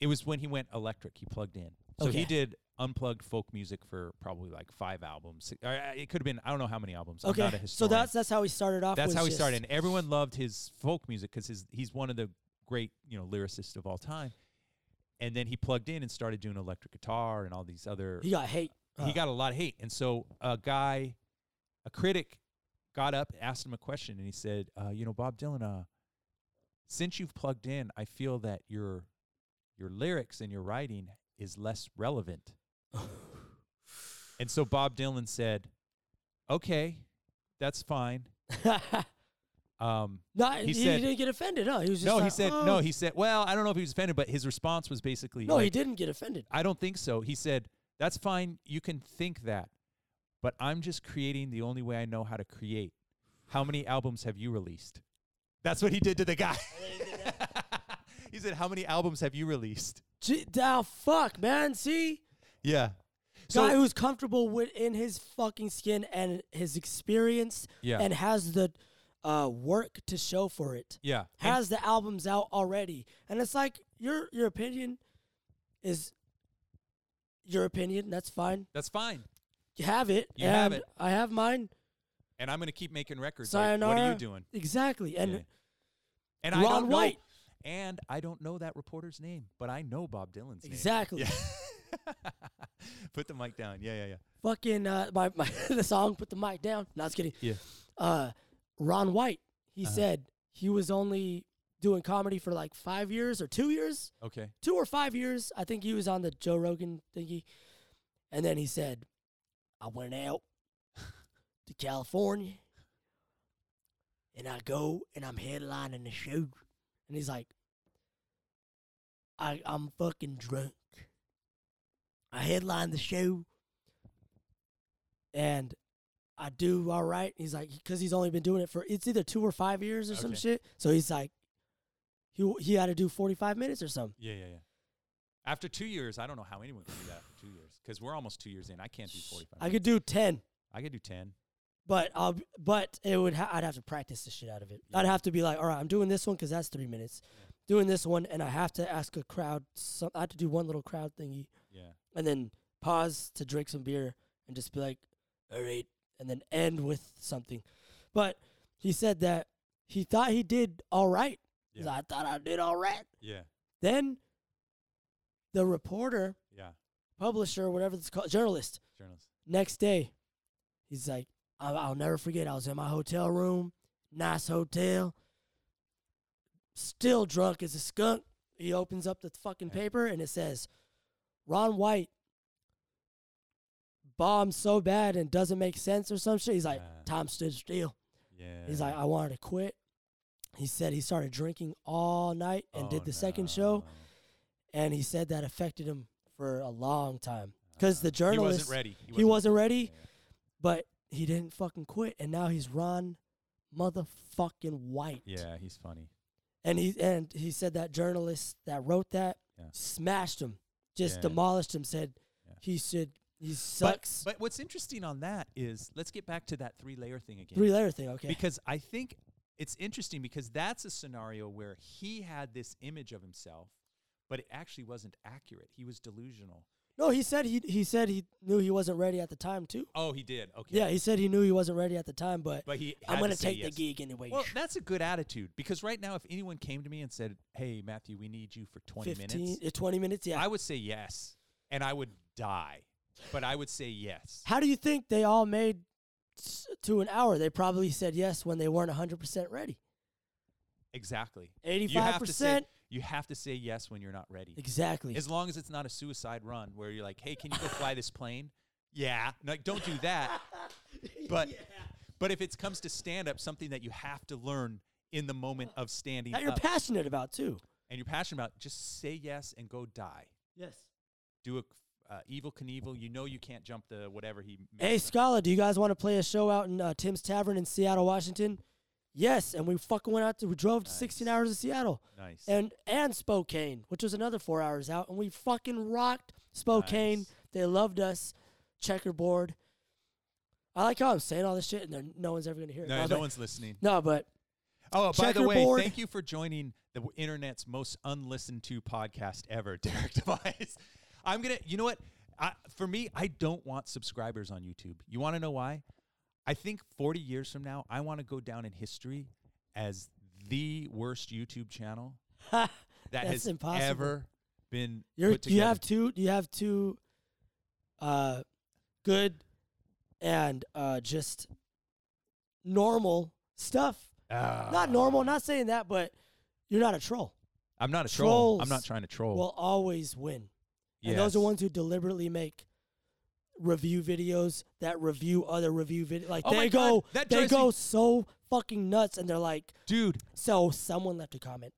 [SPEAKER 2] it was when he went electric. He plugged in, so he
[SPEAKER 1] Okay.
[SPEAKER 2] did unplugged folk music for probably like five albums. Or, uh, It could have been I don't know how many albums. I'm
[SPEAKER 1] Okay,
[SPEAKER 2] not a
[SPEAKER 1] so
[SPEAKER 2] historian.
[SPEAKER 1] that's that's how he started off.
[SPEAKER 2] that's
[SPEAKER 1] was
[SPEAKER 2] how he
[SPEAKER 1] just-
[SPEAKER 2] started. And everyone loved his folk music because his he's one of the great you know lyricists of all time. And then he plugged in and started doing electric guitar and all these other
[SPEAKER 1] He got hate.
[SPEAKER 2] he
[SPEAKER 1] Uh,
[SPEAKER 2] got a lot of hate. And so a guy, a critic, got up, asked him a question, and he said, uh, "You know, Bob Dylan, uh, since you've plugged in, I feel that your your lyrics and your writing is less relevant." and so Bob Dylan said, okay, that's fine. Um,
[SPEAKER 1] Not, he,
[SPEAKER 2] He said-
[SPEAKER 1] didn't get offended, huh? He was just
[SPEAKER 2] no, he
[SPEAKER 1] like,
[SPEAKER 2] said
[SPEAKER 1] "Oh."
[SPEAKER 2] no. He said, well, I don't know if he was offended, but his response was basically,
[SPEAKER 1] no, he
[SPEAKER 2] like,
[SPEAKER 1] didn't get offended.
[SPEAKER 2] I don't think so. He said, that's fine. You can think that, but I'm just creating the only way I know how to create. How many albums have you released? That's what he Oh, did to the guy. he said, how many albums have you released?
[SPEAKER 1] Gee, oh, fuck, man. See,
[SPEAKER 2] Yeah.
[SPEAKER 1] guy who's comfortable within his fucking skin and his experience,
[SPEAKER 2] Yeah.
[SPEAKER 1] and has the uh, work to show for it.
[SPEAKER 2] yeah. And-
[SPEAKER 1] has the albums out already, and it's like your your opinion is your opinion. That's fine.
[SPEAKER 2] That's fine.
[SPEAKER 1] You have it.
[SPEAKER 2] You have
[SPEAKER 1] and
[SPEAKER 2] it.
[SPEAKER 1] I have mine.
[SPEAKER 2] And I'm going to keep making records. Like, what are
[SPEAKER 1] Sayonara.
[SPEAKER 2] you doing?
[SPEAKER 1] Exactly. And
[SPEAKER 2] Yeah. And I
[SPEAKER 1] Ron
[SPEAKER 2] don't know,
[SPEAKER 1] White.
[SPEAKER 2] And I don't know that reporter's name, but I know Bob Dylan's
[SPEAKER 1] exactly.
[SPEAKER 2] name. Exactly. Put the mic down. Yeah, yeah, yeah.
[SPEAKER 1] Fucking uh, my, my the song put the mic down. No, I was kidding.
[SPEAKER 2] Yeah. Uh-huh.
[SPEAKER 1] Uh, Ron White. He said he was only doing comedy for like five years or two years,
[SPEAKER 2] Okay.
[SPEAKER 1] two or five years. I think he was on the Joe Rogan thingy, and then he said, "I went out to California, and I go and I'm headlining the show." And he's like, I, I'm fucking drunk. I headline the show, and I do all right. He's like, because he's only been doing it for it's either two or five years or some
[SPEAKER 2] Okay.
[SPEAKER 1] shit. So he's like, he he had to do 45 minutes or something.
[SPEAKER 2] Yeah, yeah, yeah. After two years, I don't know how anyone can do that after two years because we're almost two years in. I can't do 45.
[SPEAKER 1] I could do 10,
[SPEAKER 2] I could do 10.
[SPEAKER 1] but I'll but it would ha- I'd have to practice the shit out of it. I'd
[SPEAKER 2] Yeah.
[SPEAKER 1] have to be like, all right, I'm doing this one because that's three minutes, doing this one, and I have to ask a crowd. Some, I have to do one little crowd thingy.
[SPEAKER 2] Yeah.
[SPEAKER 1] and then pause to drink some beer and just be like, all right, and then end with something. But he said that he thought he did all right. He's
[SPEAKER 2] Yeah.
[SPEAKER 1] like, I thought I did all right.
[SPEAKER 2] Yeah.
[SPEAKER 1] Then the reporter,
[SPEAKER 2] Yeah.
[SPEAKER 1] publisher, whatever it's called, journalist,
[SPEAKER 2] Journalist.
[SPEAKER 1] next day, he's like, I- I'll never forget. I was in my hotel room, nice hotel, still drunk as a skunk. He opens up the fucking
[SPEAKER 2] Yeah.
[SPEAKER 1] paper and it says, Ron White bombed so bad and doesn't make sense or some shit. He's like,
[SPEAKER 2] Yeah.
[SPEAKER 1] time stood still.
[SPEAKER 2] Yeah.
[SPEAKER 1] He's like, I wanted to quit. He said he started drinking all night and did
[SPEAKER 2] Oh,
[SPEAKER 1] the second show,
[SPEAKER 2] no.
[SPEAKER 1] and he said that affected him for a long time because the journalist
[SPEAKER 2] Uh, He wasn't ready.
[SPEAKER 1] he wasn't ready,
[SPEAKER 2] Yeah.
[SPEAKER 1] but he didn't fucking quit, and now he's Ron motherfucking White.
[SPEAKER 2] Yeah, he's funny.
[SPEAKER 1] And he and he said that journalist that wrote that
[SPEAKER 2] Yeah.
[SPEAKER 1] smashed him, just
[SPEAKER 2] Yeah.
[SPEAKER 1] demolished him. Said
[SPEAKER 2] Yeah.
[SPEAKER 1] he should he
[SPEAKER 2] But-
[SPEAKER 1] sucks.
[SPEAKER 2] But, what's interesting on that is let's get back to that three layer thing again.
[SPEAKER 1] Three letter thing, okay?
[SPEAKER 2] Because I think it's interesting because that's a scenario where he had this image of himself, but it actually wasn't accurate. He was delusional.
[SPEAKER 1] no, he said he he said he knew he wasn't ready at the time too.
[SPEAKER 2] Oh, he did. Okay.
[SPEAKER 1] Yeah, he said he knew he wasn't ready at the time, but,
[SPEAKER 2] But he had
[SPEAKER 1] I'm
[SPEAKER 2] to
[SPEAKER 1] gonna
[SPEAKER 2] say
[SPEAKER 1] take
[SPEAKER 2] yes.
[SPEAKER 1] the gig anyway.
[SPEAKER 2] Well, that's a good attitude because right now, if anyone came to me and said, "Hey, Matthew, we need you for 20 minutes,"
[SPEAKER 1] uh, 20 minutes, yeah.
[SPEAKER 2] I would say yes, and I would die, but I would say yes.
[SPEAKER 1] How do you think they all made s- to an hour? They probably said yes when they weren't 100% ready.
[SPEAKER 2] Exactly. You have to say
[SPEAKER 1] 85%?
[SPEAKER 2] you have to say yes when you're not ready.
[SPEAKER 1] Exactly.
[SPEAKER 2] As long as it's not a suicide run where you're like, "Hey, can you go fly this plane?" Yeah, like don't do that. But but if it comes to stand up, something that you have to learn in the moment of standing
[SPEAKER 1] that you're
[SPEAKER 2] up
[SPEAKER 1] passionate about too.
[SPEAKER 2] and you're passionate about, just say yes and go die.
[SPEAKER 1] Yes.
[SPEAKER 2] Do a uh, evil Knievel. You know you can't jump the whatever he.
[SPEAKER 1] Hey,
[SPEAKER 2] messed up.
[SPEAKER 1] Scala, do you guys want to play a show out in uh, Tim's Tavern in Seattle, Washington? Yes, and we fucking went out to, we drove to 16
[SPEAKER 2] Nice.
[SPEAKER 1] hours to Seattle
[SPEAKER 2] nice.
[SPEAKER 1] and and Spokane, which was another four hours out, and we fucking rocked Spokane.
[SPEAKER 2] Nice.
[SPEAKER 1] They loved us. Checkerboard. I like how I'm saying all this shit, and then no one's ever gonna hear it.
[SPEAKER 2] no,
[SPEAKER 1] I
[SPEAKER 2] no
[SPEAKER 1] was like,
[SPEAKER 2] one's listening.
[SPEAKER 1] No, but
[SPEAKER 2] Oh, by the way,
[SPEAKER 1] Checkerboard.
[SPEAKER 2] thank you for joining the w- internet's most unlistened to podcast ever, Derek Device. I'm gonna, you know what? I, for me, I don't want subscribers on YouTube. You want to know why? I think 40 years from now, I want to go down in history as the worst YouTube channel
[SPEAKER 1] ha,
[SPEAKER 2] that
[SPEAKER 1] That's
[SPEAKER 2] has
[SPEAKER 1] impossible.
[SPEAKER 2] ever been
[SPEAKER 1] you're,
[SPEAKER 2] put
[SPEAKER 1] you
[SPEAKER 2] together.
[SPEAKER 1] have two. You have two. Uh, good, and uh, just normal stuff.
[SPEAKER 2] Ah.
[SPEAKER 1] not normal. Not saying that, but you're not a troll.
[SPEAKER 2] Ah, I'm not a troll. I'm
[SPEAKER 1] trolls
[SPEAKER 2] not trying to troll.
[SPEAKER 1] Will always win. And those
[SPEAKER 2] Oh. Yes.
[SPEAKER 1] are ones who deliberately make review videos that review other review videos. Like
[SPEAKER 2] Oh my
[SPEAKER 1] they
[SPEAKER 2] God,
[SPEAKER 1] go,
[SPEAKER 2] that
[SPEAKER 1] they
[SPEAKER 2] drives me-
[SPEAKER 1] go so fucking nuts, and they're like,
[SPEAKER 2] dude.
[SPEAKER 1] so someone left a comment.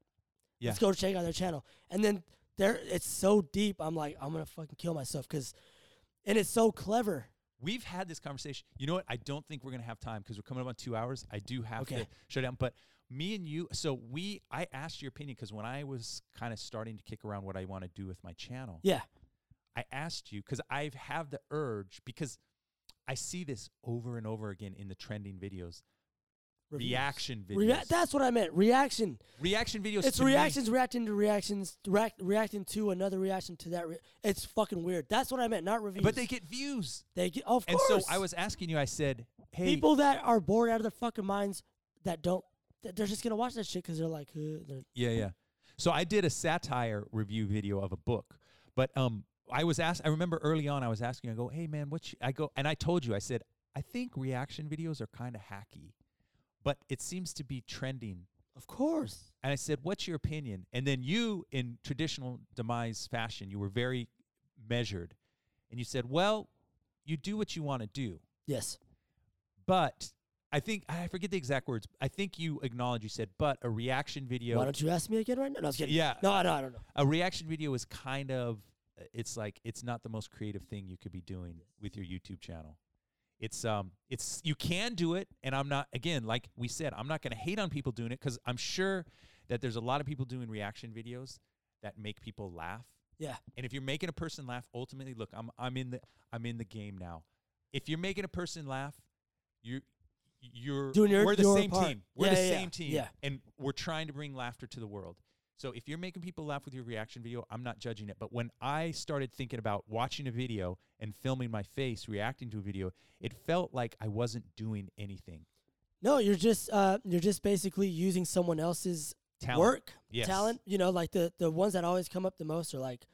[SPEAKER 2] Yeah.
[SPEAKER 1] Let's go check out their channel, and then there, it's so deep. I'm like, I'm gonna fucking kill myself because, and it's so clever.
[SPEAKER 2] We've had this conversation. You know what? I don't think we're gonna have time because we're coming up on two hours. I do have to
[SPEAKER 1] Okay.
[SPEAKER 2] shut down. But me and you, so we, I asked your opinion because when I was kind of starting to kick around what I want to do with my channel,
[SPEAKER 1] Yeah.
[SPEAKER 2] I asked you because I have the urge because I see this over and over again in the trending videos,
[SPEAKER 1] Reviews.
[SPEAKER 2] reaction videos,
[SPEAKER 1] Rea- that's what I meant. Reaction.
[SPEAKER 2] reaction videos.
[SPEAKER 1] It's
[SPEAKER 2] to me-
[SPEAKER 1] reactions reacting to reactions, react, reacting to another reaction to that. Re- it's fucking weird. That's what I meant, not reviews.
[SPEAKER 2] but they get views.
[SPEAKER 1] they get, of
[SPEAKER 2] And
[SPEAKER 1] course.
[SPEAKER 2] so I was asking you. I said, "Hey,
[SPEAKER 1] people that are bored out of their fucking minds that don't that they're just gonna watch that shit because they're like uh, they're,
[SPEAKER 2] Yeah, yeah. So I did a satire review video of a book, but um, I was asked. I remember early on, I was asking. I go, "Hey, man, what?" I go, and I told you, I said, "I think reaction videos are kind of hacky, but it seems to be trending."
[SPEAKER 1] of course
[SPEAKER 2] And I said, "What's your opinion?" And then you, in traditional demise fashion, you were very measured, and you said, "Well, you do what you want to do."
[SPEAKER 1] yes
[SPEAKER 2] But I think I forget the exact words. I think you acknowledged. You said, "But a reaction video."
[SPEAKER 1] why don't you ask me again right now no I was kidding
[SPEAKER 2] Yeah.
[SPEAKER 1] no no I don't know
[SPEAKER 2] a reaction video is kind of uh, it's like it's not the most creative thing you could be doing with your YouTube channel. It's um it's you can do it and I'm not again like we said I'm not going to hate on people doing it cuz I'm sure that there's a lot of people doing reaction videos that make people laugh.
[SPEAKER 1] yeah
[SPEAKER 2] And if you're making a person laugh ultimately look I'm I'm in the I'm in the game now. If you're making a person laugh you you're
[SPEAKER 1] Doing your-
[SPEAKER 2] we're the
[SPEAKER 1] your
[SPEAKER 2] same
[SPEAKER 1] part.
[SPEAKER 2] team. We're
[SPEAKER 1] Yeah,
[SPEAKER 2] the
[SPEAKER 1] yeah, yeah.
[SPEAKER 2] same team
[SPEAKER 1] Yeah.
[SPEAKER 2] and we're trying to bring laughter to the world. So if you're making people laugh with your reaction video, I'm not judging it. But when I started thinking about watching a video and filming my face reacting to a video, it felt like I wasn't doing anything.
[SPEAKER 1] no you're just uh you're just basically using someone else's
[SPEAKER 2] Talent.
[SPEAKER 1] work
[SPEAKER 2] Yes.
[SPEAKER 1] talent you know like the the ones that always come up the most are like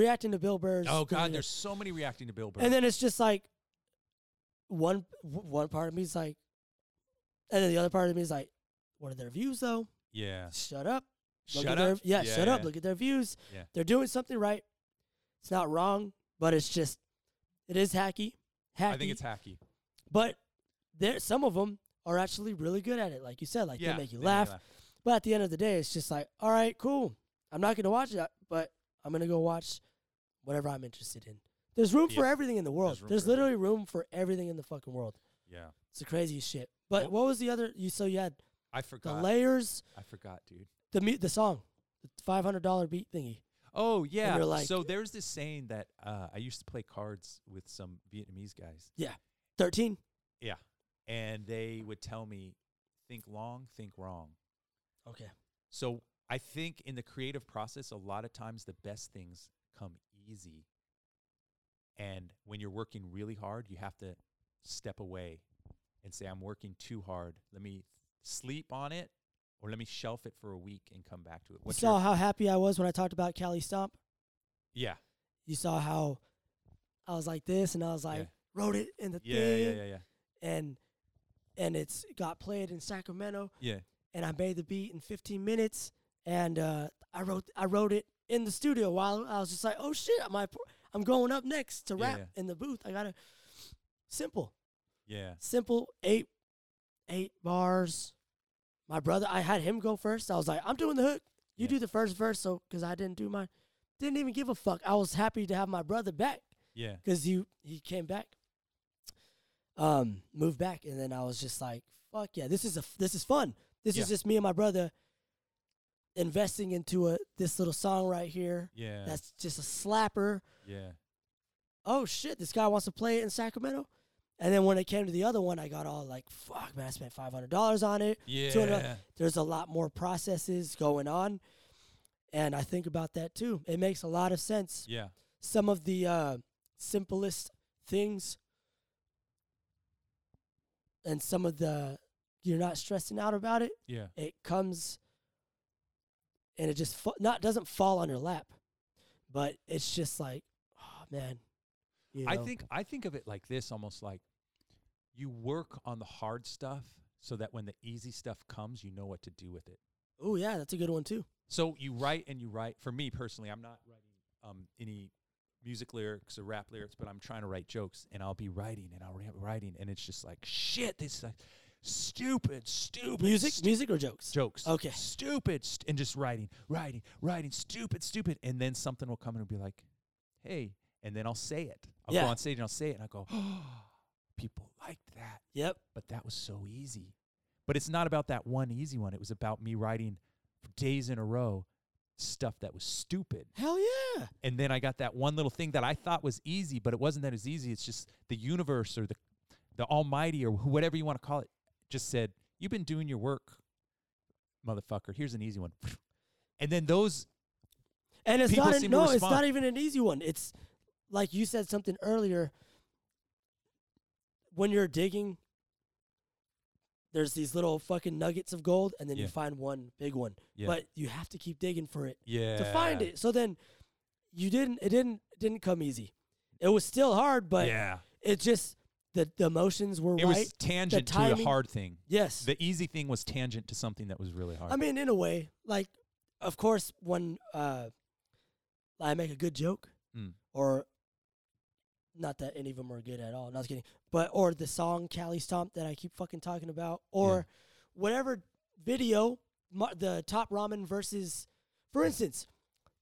[SPEAKER 1] reacting to Bill Burr's
[SPEAKER 2] Oh God,
[SPEAKER 1] video.
[SPEAKER 2] there's so many reacting to Bill Burr.
[SPEAKER 1] and then it's just like one w- one part of me is like and then the other part of me is like what are their views though
[SPEAKER 2] yeah.
[SPEAKER 1] shut up Look
[SPEAKER 2] Shut
[SPEAKER 1] at
[SPEAKER 2] up.
[SPEAKER 1] Their, yeah, shut up. Look at their views.
[SPEAKER 2] Yeah.
[SPEAKER 1] They're doing something right. It's not wrong, but it's just it is hacky. Hacky.
[SPEAKER 2] I think it's hacky.
[SPEAKER 1] but there some of them are actually really good at it. Like you said, like
[SPEAKER 2] yeah.
[SPEAKER 1] they make you laugh. But at the end of the day, it's just like, all right, cool. I'm not gonna watch that, but I'm gonna go watch whatever I'm interested in. There's room for
[SPEAKER 2] Yeah.
[SPEAKER 1] everything in the world.
[SPEAKER 2] There's room
[SPEAKER 1] There's,
[SPEAKER 2] for
[SPEAKER 1] literally room for everything in the fucking world.
[SPEAKER 2] Yeah.
[SPEAKER 1] It's the craziest shit. But what was the other? You so you had
[SPEAKER 2] I
[SPEAKER 1] the
[SPEAKER 2] forgot.
[SPEAKER 1] layers,
[SPEAKER 2] I forgot, dude.
[SPEAKER 1] the mu- the song, the five hundred dollar beat thingy.
[SPEAKER 2] Oh yeah.
[SPEAKER 1] you're like-
[SPEAKER 2] so there's this saying that uh, I used to play cards with some Vietnamese guys.
[SPEAKER 1] Thirteen.
[SPEAKER 2] Yeah. And they would tell me, think long, think wrong.
[SPEAKER 1] Okay.
[SPEAKER 2] So I think in the creative process, a lot of times the best things come easy. And when you're working really hard, you have to step away and say, I'm working too hard. Let me sleep on it or let me shelf it for a week and come back to it.
[SPEAKER 1] You
[SPEAKER 2] What's
[SPEAKER 1] saw
[SPEAKER 2] your-
[SPEAKER 1] how happy I was when I talked about Cali Stomp.
[SPEAKER 2] yeah.
[SPEAKER 1] You saw how I was like this, and I was like,
[SPEAKER 2] Yeah.
[SPEAKER 1] wrote it in the
[SPEAKER 2] Yeah,
[SPEAKER 1] thing,
[SPEAKER 2] yeah, yeah, yeah.
[SPEAKER 1] and and it's got played in Sacramento,
[SPEAKER 2] Yeah.
[SPEAKER 1] and I made the beat in 15 minutes, and uh, I wrote I wrote it in the studio while I was just like, oh shit, my pro- I'm going up next to
[SPEAKER 2] Yeah,
[SPEAKER 1] rap
[SPEAKER 2] yeah.
[SPEAKER 1] in the booth. I gotta simple,
[SPEAKER 2] Yeah.
[SPEAKER 1] simple eight eight bars. My brother, I had him go first. I was like, I'm doing the hook. You
[SPEAKER 2] Yeah.
[SPEAKER 1] do the first verse, so because I didn't do mine, didn't even give a fuck. I was happy to have my brother back
[SPEAKER 2] Yeah.
[SPEAKER 1] because he he came back, um, moved back, and then I was just like, fuck yeah, this is a f- this is fun. This
[SPEAKER 2] Yeah.
[SPEAKER 1] is just me and my brother investing into a this little song right here.
[SPEAKER 2] Yeah.
[SPEAKER 1] That's just a slapper
[SPEAKER 2] yeah.
[SPEAKER 1] oh shit, this guy wants to play it in Sacramento. And then when it came to the other one, I got all like, fuck, man, I spent five hundred dollars on it. $200.
[SPEAKER 2] Yeah.
[SPEAKER 1] There's a lot more processes going on, and I think about that too. It makes a lot of sense.
[SPEAKER 2] Yeah.
[SPEAKER 1] Some of the uh, simplest things, and some of the you're not stressing out about it.
[SPEAKER 2] Yeah.
[SPEAKER 1] It comes, and it just fa- not doesn't fall on your lap, but it's just like, oh man. you
[SPEAKER 2] I
[SPEAKER 1] know?
[SPEAKER 2] think I think of it like this almost like you work on the hard stuff so that when the easy stuff comes you know what to do with it.
[SPEAKER 1] Oh yeah, that's a good one too.
[SPEAKER 2] So you write and you write. For me personally, I'm not writing um, any music lyrics or rap lyrics, but I'm trying to write jokes, and I'll be writing and I'll be writing, and it's just like shit. This is like stupid, stupid
[SPEAKER 1] Music,
[SPEAKER 2] stu-
[SPEAKER 1] music or jokes?
[SPEAKER 2] jokes.
[SPEAKER 1] Okay.
[SPEAKER 2] stupid, st- and just writing, writing, writing, stupid, stupid, and then something will come in and be like, hey, and then I'll say it. I'll
[SPEAKER 1] Yeah.
[SPEAKER 2] go on stage and I'll say it, and I go, oh, people liked that
[SPEAKER 1] Yep.
[SPEAKER 2] but that was so easy. But it's not about that one easy one. It was about me writing for days in a row stuff that was stupid.
[SPEAKER 1] Hell yeah.
[SPEAKER 2] And then I got that one little thing that I thought was easy, but it wasn't that as easy. It's just the universe or the the almighty or wh- whatever you want to call it just said, "You've been doing your work, motherfucker. Here's an easy one." And then those
[SPEAKER 1] And it's
[SPEAKER 2] People
[SPEAKER 1] not an,
[SPEAKER 2] seem to
[SPEAKER 1] no, it's
[SPEAKER 2] respond.
[SPEAKER 1] not even an easy one. It's like you said something earlier. When you're digging, there's these little fucking nuggets of gold, and then you
[SPEAKER 2] Yeah.
[SPEAKER 1] find one big one.
[SPEAKER 2] Yeah.
[SPEAKER 1] But you have to keep digging for it
[SPEAKER 2] yeah.
[SPEAKER 1] to find it. So then, you didn't. It didn't. It didn't come easy. It was still hard, but
[SPEAKER 2] yeah.
[SPEAKER 1] it just the the emotions were
[SPEAKER 2] It
[SPEAKER 1] right.
[SPEAKER 2] was tangent to the
[SPEAKER 1] timing-
[SPEAKER 2] hard thing.
[SPEAKER 1] yes,
[SPEAKER 2] The easy thing was tangent to something that was really hard.
[SPEAKER 1] I mean, in a way, like, of course, when uh, I make a good joke,
[SPEAKER 2] Mm.
[SPEAKER 1] or not that any of them are good at all. Not kidding, but or the song "Cali Stomp" that I keep fucking talking about, or whatever video, mu- the Top Ramen versus, for instance,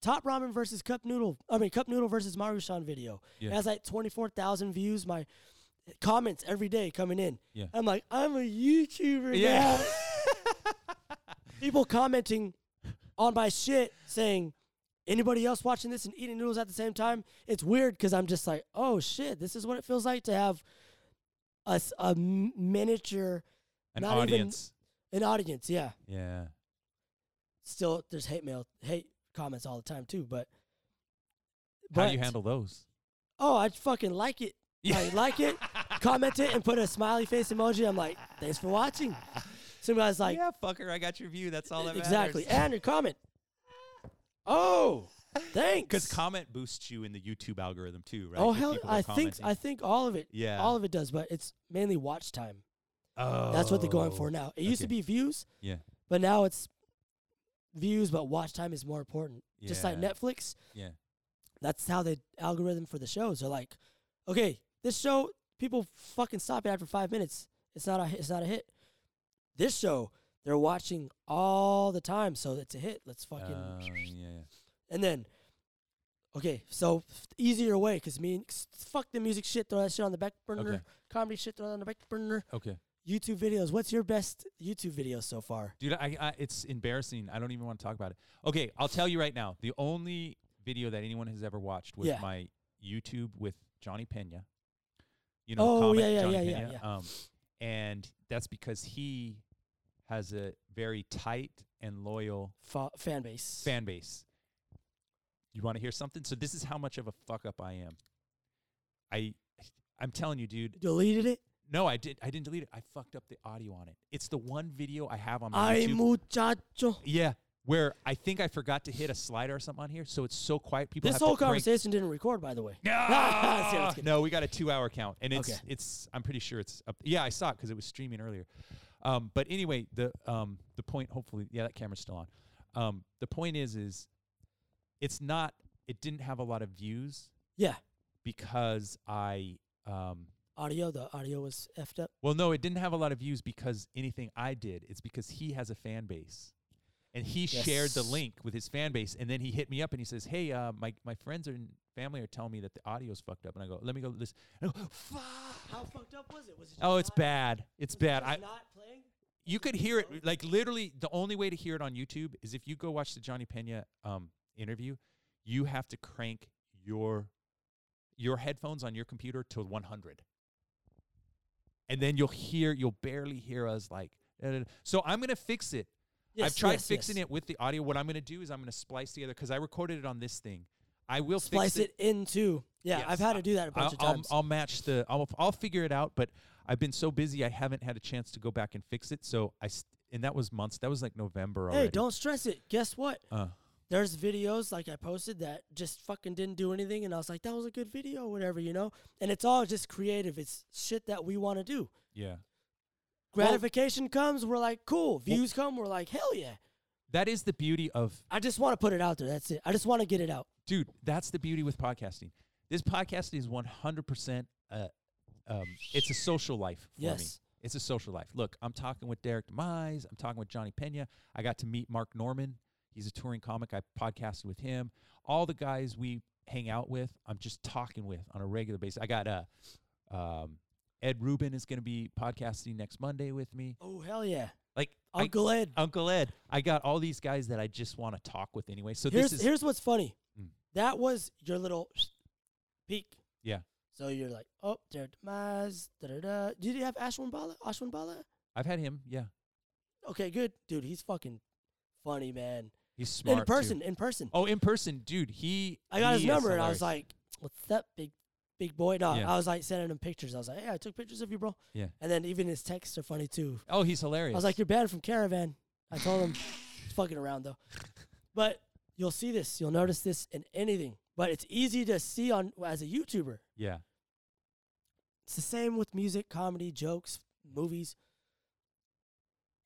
[SPEAKER 1] Top Ramen versus Cup Noodle. I mean, Cup Noodle versus Maruchan video.
[SPEAKER 2] Yeah.
[SPEAKER 1] It has like twenty four thousand views. My comments every day coming in.
[SPEAKER 2] Yeah.
[SPEAKER 1] I'm like, I'm a YouTuber
[SPEAKER 2] Yeah.
[SPEAKER 1] now people commenting on my shit saying anybody else watching this and eating noodles at the same time it's weird because i'm just like oh shit this is what it feels like to have a, s- a m- miniature
[SPEAKER 2] an
[SPEAKER 1] not even-
[SPEAKER 2] audience.
[SPEAKER 1] an audience yeah
[SPEAKER 2] Yeah.
[SPEAKER 1] still there's hate mail hate comments all the time too but
[SPEAKER 2] How do you
[SPEAKER 1] but-
[SPEAKER 2] handle those?
[SPEAKER 1] oh i fucking like it i like it comment it and put a smiley face emoji i'm like thanks for watching somebody's like
[SPEAKER 2] yeah, fucker, I got your view. That's all that
[SPEAKER 1] exactly and your comment oh thanks
[SPEAKER 2] Because comment boosts you in the YouTube algorithm too, right?
[SPEAKER 1] Oh
[SPEAKER 2] The
[SPEAKER 1] hell,
[SPEAKER 2] people that
[SPEAKER 1] I
[SPEAKER 2] are
[SPEAKER 1] think I
[SPEAKER 2] commenting.
[SPEAKER 1] think all of it.
[SPEAKER 2] Yeah.
[SPEAKER 1] all of it does, but it's mainly watch time. That's what they're going for
[SPEAKER 2] Oh,
[SPEAKER 1] now. It used to
[SPEAKER 2] okay.
[SPEAKER 1] be views,
[SPEAKER 2] Yeah.
[SPEAKER 1] but now it's views, but watch time is more important. Just like
[SPEAKER 2] Yeah.
[SPEAKER 1] Netflix,
[SPEAKER 2] Yeah.
[SPEAKER 1] that's how the algorithm for the shows are like. Okay, this show people fucking stop it after five minutes. It's not a it's not a hit. This show they're watching all the time, so it's a hit. Let's fucking
[SPEAKER 2] Oh, yeah.
[SPEAKER 1] and then, okay, so f- easier way because me, and- 'cause fuck the music shit, throw that shit on the back burner.
[SPEAKER 2] Okay.
[SPEAKER 1] Comedy shit, throw that on the back burner.
[SPEAKER 2] Okay.
[SPEAKER 1] YouTube videos. What's your best YouTube video so far?
[SPEAKER 2] Dude, I, I it's embarrassing. I don't even want to talk about it. Okay, I'll tell you right now. The only video that anyone has ever watched was
[SPEAKER 1] Yeah.
[SPEAKER 2] my YouTube with Johnny Pena. You know,
[SPEAKER 1] Oh,
[SPEAKER 2] comic
[SPEAKER 1] yeah, yeah,
[SPEAKER 2] Johnny
[SPEAKER 1] yeah, yeah,
[SPEAKER 2] Pena. Um, and that's because he has a very tight and loyal
[SPEAKER 1] Fa- fan base.
[SPEAKER 2] fan base. You want to hear something? So this is how much of a fuck up I am. I I'm telling you, dude.
[SPEAKER 1] Deleted it.
[SPEAKER 2] No, I did I didn't delete it. I fucked up the audio on it. It's the one video I have on my
[SPEAKER 1] Ay,
[SPEAKER 2] YouTube.
[SPEAKER 1] muchacho.
[SPEAKER 2] yeah. Where I think I forgot to hit a slider or something on here, so it's so quiet. People
[SPEAKER 1] This
[SPEAKER 2] have
[SPEAKER 1] whole
[SPEAKER 2] to crank-
[SPEAKER 1] conversation didn't record, by the way. See, I
[SPEAKER 2] No,
[SPEAKER 1] was kidding.
[SPEAKER 2] no, we got a two-hour count, and it's
[SPEAKER 1] Okay.
[SPEAKER 2] it's. I'm pretty sure it's up. Yeah, I saw it because it was streaming earlier. Um, but anyway, the um the point. Hopefully, yeah, that camera's still on. Um, the point is, is it's not. It didn't have a lot of views
[SPEAKER 1] Yeah,
[SPEAKER 2] because I um.
[SPEAKER 1] audio. The audio was effed up.
[SPEAKER 2] Well, no, it didn't have a lot of views because anything I did. It's because he has a fan base. And he shared the
[SPEAKER 1] Yes.
[SPEAKER 2] link with his fan base, and then he hit me up and he says, "Hey, uh, my my friends and family are telling me that the audio's fucked up." And I go, "Let me go listen." And I go, "Fuck!"
[SPEAKER 1] How fucked up was it? Was it?
[SPEAKER 2] Oh, it's bad. It's bad. I
[SPEAKER 1] not playing.
[SPEAKER 2] you could hear it like literally. The only way to hear it on YouTube is if you go watch the Johnny Pena um, interview. You have to crank your your headphones on your computer to 100, and then you'll hear. You'll barely hear us like. uh, So I'm gonna fix it. I've tried fixing it with the audio. What I'm gonna do is I'm gonna splice together because I recorded it on this thing. I will
[SPEAKER 1] Splice
[SPEAKER 2] fix it
[SPEAKER 1] it into. Yeah,
[SPEAKER 2] Yes,
[SPEAKER 1] I've had
[SPEAKER 2] I-
[SPEAKER 1] to do that a bunch
[SPEAKER 2] I'll,
[SPEAKER 1] of times.
[SPEAKER 2] I'll, I'll match the. I'll, I'll figure it out. But I've been so busy, I haven't had a chance to go back and fix it. So I st- and that was months. That was like November already.
[SPEAKER 1] hey, don't stress it. Guess what?
[SPEAKER 2] Uh,
[SPEAKER 1] there's videos like I posted that just fucking didn't do anything, and I was like, that was a good video, whatever, you know. And it's all just creative. It's shit that we want to do.
[SPEAKER 2] yeah, Well-
[SPEAKER 1] Gratification comes, we're like, cool. Views come, we're like, hell yeah.
[SPEAKER 2] that is the beauty of
[SPEAKER 1] I just want to put it out there. That's it. I just want to get it out.
[SPEAKER 2] dude. That's the beauty with podcasting. This podcast is 100%. Uh, um, it's a social life for me.
[SPEAKER 1] Yes.
[SPEAKER 2] It's a social life. Look, I'm talking with Derek Demise. I'm talking with Johnny Pena. I got to meet Mark Norman. He's a touring comic. I podcasted with him. All the guys we hang out with, I'm just talking with on a regular basis. I got uh, um, Ed Rubin is going to be podcasting next Monday with me.
[SPEAKER 1] Oh hell yeah,
[SPEAKER 2] Like I-
[SPEAKER 1] Uncle Ed.
[SPEAKER 2] Uncle Ed. I got all these guys that I just want to talk with anyway. So
[SPEAKER 1] here's
[SPEAKER 2] this is
[SPEAKER 1] here's what's funny.
[SPEAKER 2] Mm.
[SPEAKER 1] That was your little peak.
[SPEAKER 2] Yeah.
[SPEAKER 1] So you're like, oh, Jared Demise, da da da. Did you have Ashwin Bala? Ashwin Bala?
[SPEAKER 2] I've had him. Yeah,
[SPEAKER 1] Okay, good, dude. He's fucking funny, man.
[SPEAKER 2] he's smart
[SPEAKER 1] in
[SPEAKER 2] too.
[SPEAKER 1] person, in person.
[SPEAKER 2] Oh, in person, dude. He.
[SPEAKER 1] I got his
[SPEAKER 2] he is
[SPEAKER 1] number, and I was
[SPEAKER 2] hilarious.
[SPEAKER 1] like, "What's up, big, big boy?" No,
[SPEAKER 2] Yeah.
[SPEAKER 1] I was like sending him pictures. I was like, "Hey, I took pictures of you, bro."
[SPEAKER 2] Yeah.
[SPEAKER 1] And then even his texts are funny too.
[SPEAKER 2] Oh, he's hilarious.
[SPEAKER 1] I was like, "You're banned from Caravan." I told him, "He's fucking around though." But you'll see this. You'll notice this in anything. But it's easy to see on as a YouTuber.
[SPEAKER 2] yeah,
[SPEAKER 1] It's the same with music, comedy, jokes, movies.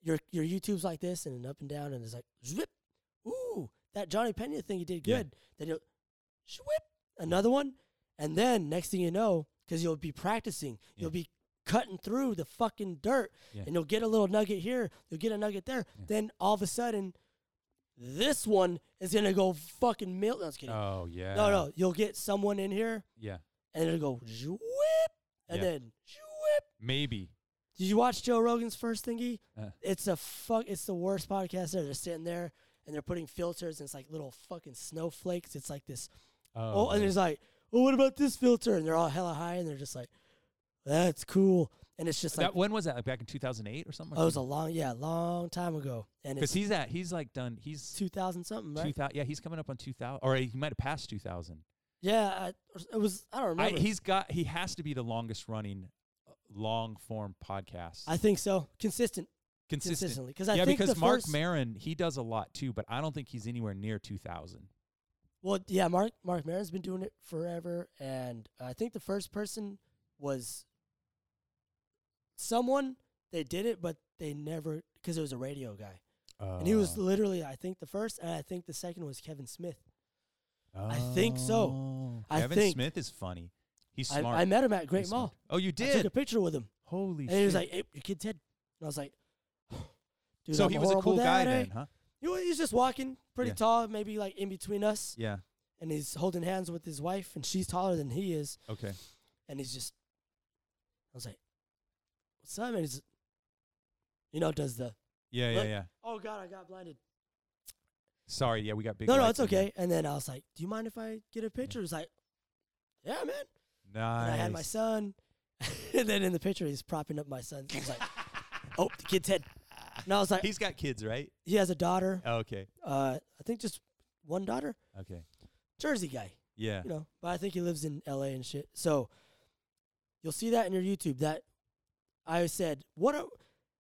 [SPEAKER 1] Your your YouTube's like this and then up and down and it's like zwip. Ooh, that Johnny Pena thing you did
[SPEAKER 2] Yeah.
[SPEAKER 1] good. Then you'll zwip another one, and then next thing you know, because you'll be practicing,
[SPEAKER 2] Yeah.
[SPEAKER 1] you'll be cutting through the fucking dirt,
[SPEAKER 2] Yeah.
[SPEAKER 1] and you'll get a little nugget here, you'll get a nugget there.
[SPEAKER 2] Yeah.
[SPEAKER 1] Then all of a sudden, this one is gonna go fucking mil. No, I was kidding.
[SPEAKER 2] Oh yeah.
[SPEAKER 1] no, no, you'll get someone in here
[SPEAKER 2] Yeah,
[SPEAKER 1] and it'll go zwip, and
[SPEAKER 2] Yeah.
[SPEAKER 1] then zwip.
[SPEAKER 2] maybe.
[SPEAKER 1] Did you watch Joe Rogan's first thingy?
[SPEAKER 2] Uh.
[SPEAKER 1] It's a fuck. It's the worst podcast ever. They're sitting there and they're putting filters, and it's like little fucking snowflakes. It's like this. Oh, and
[SPEAKER 2] yeah.
[SPEAKER 1] there's like, oh, what about this filter? And they're all hella high, and they're just like, that's cool. And it's just like,
[SPEAKER 2] that. When was that? Like back in 2008 or something?
[SPEAKER 1] oh, it was a long, yeah, long time ago, and
[SPEAKER 2] Because
[SPEAKER 1] it's
[SPEAKER 2] he's at. He's like done. He's
[SPEAKER 1] two thousand something, right?
[SPEAKER 2] 2000. Yeah, he's coming up on 2000, or he might have passed 2000.
[SPEAKER 1] yeah, I, it was. I don't
[SPEAKER 2] I,
[SPEAKER 1] remember. I,
[SPEAKER 2] he's got. He has to be the longest running, uh, long form podcast.
[SPEAKER 1] think so. Consistent,
[SPEAKER 2] Consistent.
[SPEAKER 1] consistently, because I
[SPEAKER 2] yeah,
[SPEAKER 1] think
[SPEAKER 2] because
[SPEAKER 1] the
[SPEAKER 2] Mark
[SPEAKER 1] first,
[SPEAKER 2] Maron he does a lot too, but I don't think he's anywhere near 2000.
[SPEAKER 1] Well, yeah, Mark Mark Maron's been doing it forever, and I think the first person was someone they did it, but they never because it was a radio guy, and he
[SPEAKER 2] Oh.
[SPEAKER 1] was literally I think the first, and I think the second was Kevin Smith. I think so.
[SPEAKER 2] Oh.
[SPEAKER 1] I
[SPEAKER 2] Kevin
[SPEAKER 1] think-
[SPEAKER 2] Smith is funny. He's
[SPEAKER 1] I,
[SPEAKER 2] smart.
[SPEAKER 1] I met him at Great
[SPEAKER 2] He's smart.
[SPEAKER 1] Mall.
[SPEAKER 2] Oh, you
[SPEAKER 1] I took
[SPEAKER 2] did.
[SPEAKER 1] a picture with him,
[SPEAKER 2] Holy
[SPEAKER 1] and
[SPEAKER 2] shit.
[SPEAKER 1] he was like, "Hey, your kid's head," and I was like, "Dude,
[SPEAKER 2] so
[SPEAKER 1] I'm
[SPEAKER 2] he was a
[SPEAKER 1] horrible
[SPEAKER 2] cool guy
[SPEAKER 1] dad, eh?"
[SPEAKER 2] then, huh?
[SPEAKER 1] He was, he was just walking, pretty
[SPEAKER 2] Yeah.
[SPEAKER 1] tall, maybe like in between us,
[SPEAKER 2] Yeah.
[SPEAKER 1] and he's holding hands with his wife, and she's taller than he is.
[SPEAKER 2] Okay.
[SPEAKER 1] and he's just I was like, What's up? And he's you know, does the
[SPEAKER 2] Yeah, yeah,
[SPEAKER 1] Look-
[SPEAKER 2] yeah.
[SPEAKER 1] Oh god, I got blinded.
[SPEAKER 2] Sorry, yeah, we got big.
[SPEAKER 1] no, no,
[SPEAKER 2] lights
[SPEAKER 1] it's
[SPEAKER 2] in here.
[SPEAKER 1] okay. And then I was like, Do you mind if I get a picture? He's like, Yeah, man. And
[SPEAKER 2] Nice.
[SPEAKER 1] I had my son. and then in the picture he's propping up my son. He's like, Oh, the kid's head. And I was like,
[SPEAKER 2] He's got kids, right? Oh,
[SPEAKER 1] he has a daughter.
[SPEAKER 2] Okay.
[SPEAKER 1] Uh I think just one daughter.
[SPEAKER 2] Okay.
[SPEAKER 1] Jersey guy.
[SPEAKER 2] Yeah.
[SPEAKER 1] you know, but I think he lives in LA and shit. So you'll see that in your YouTube that I said, what a,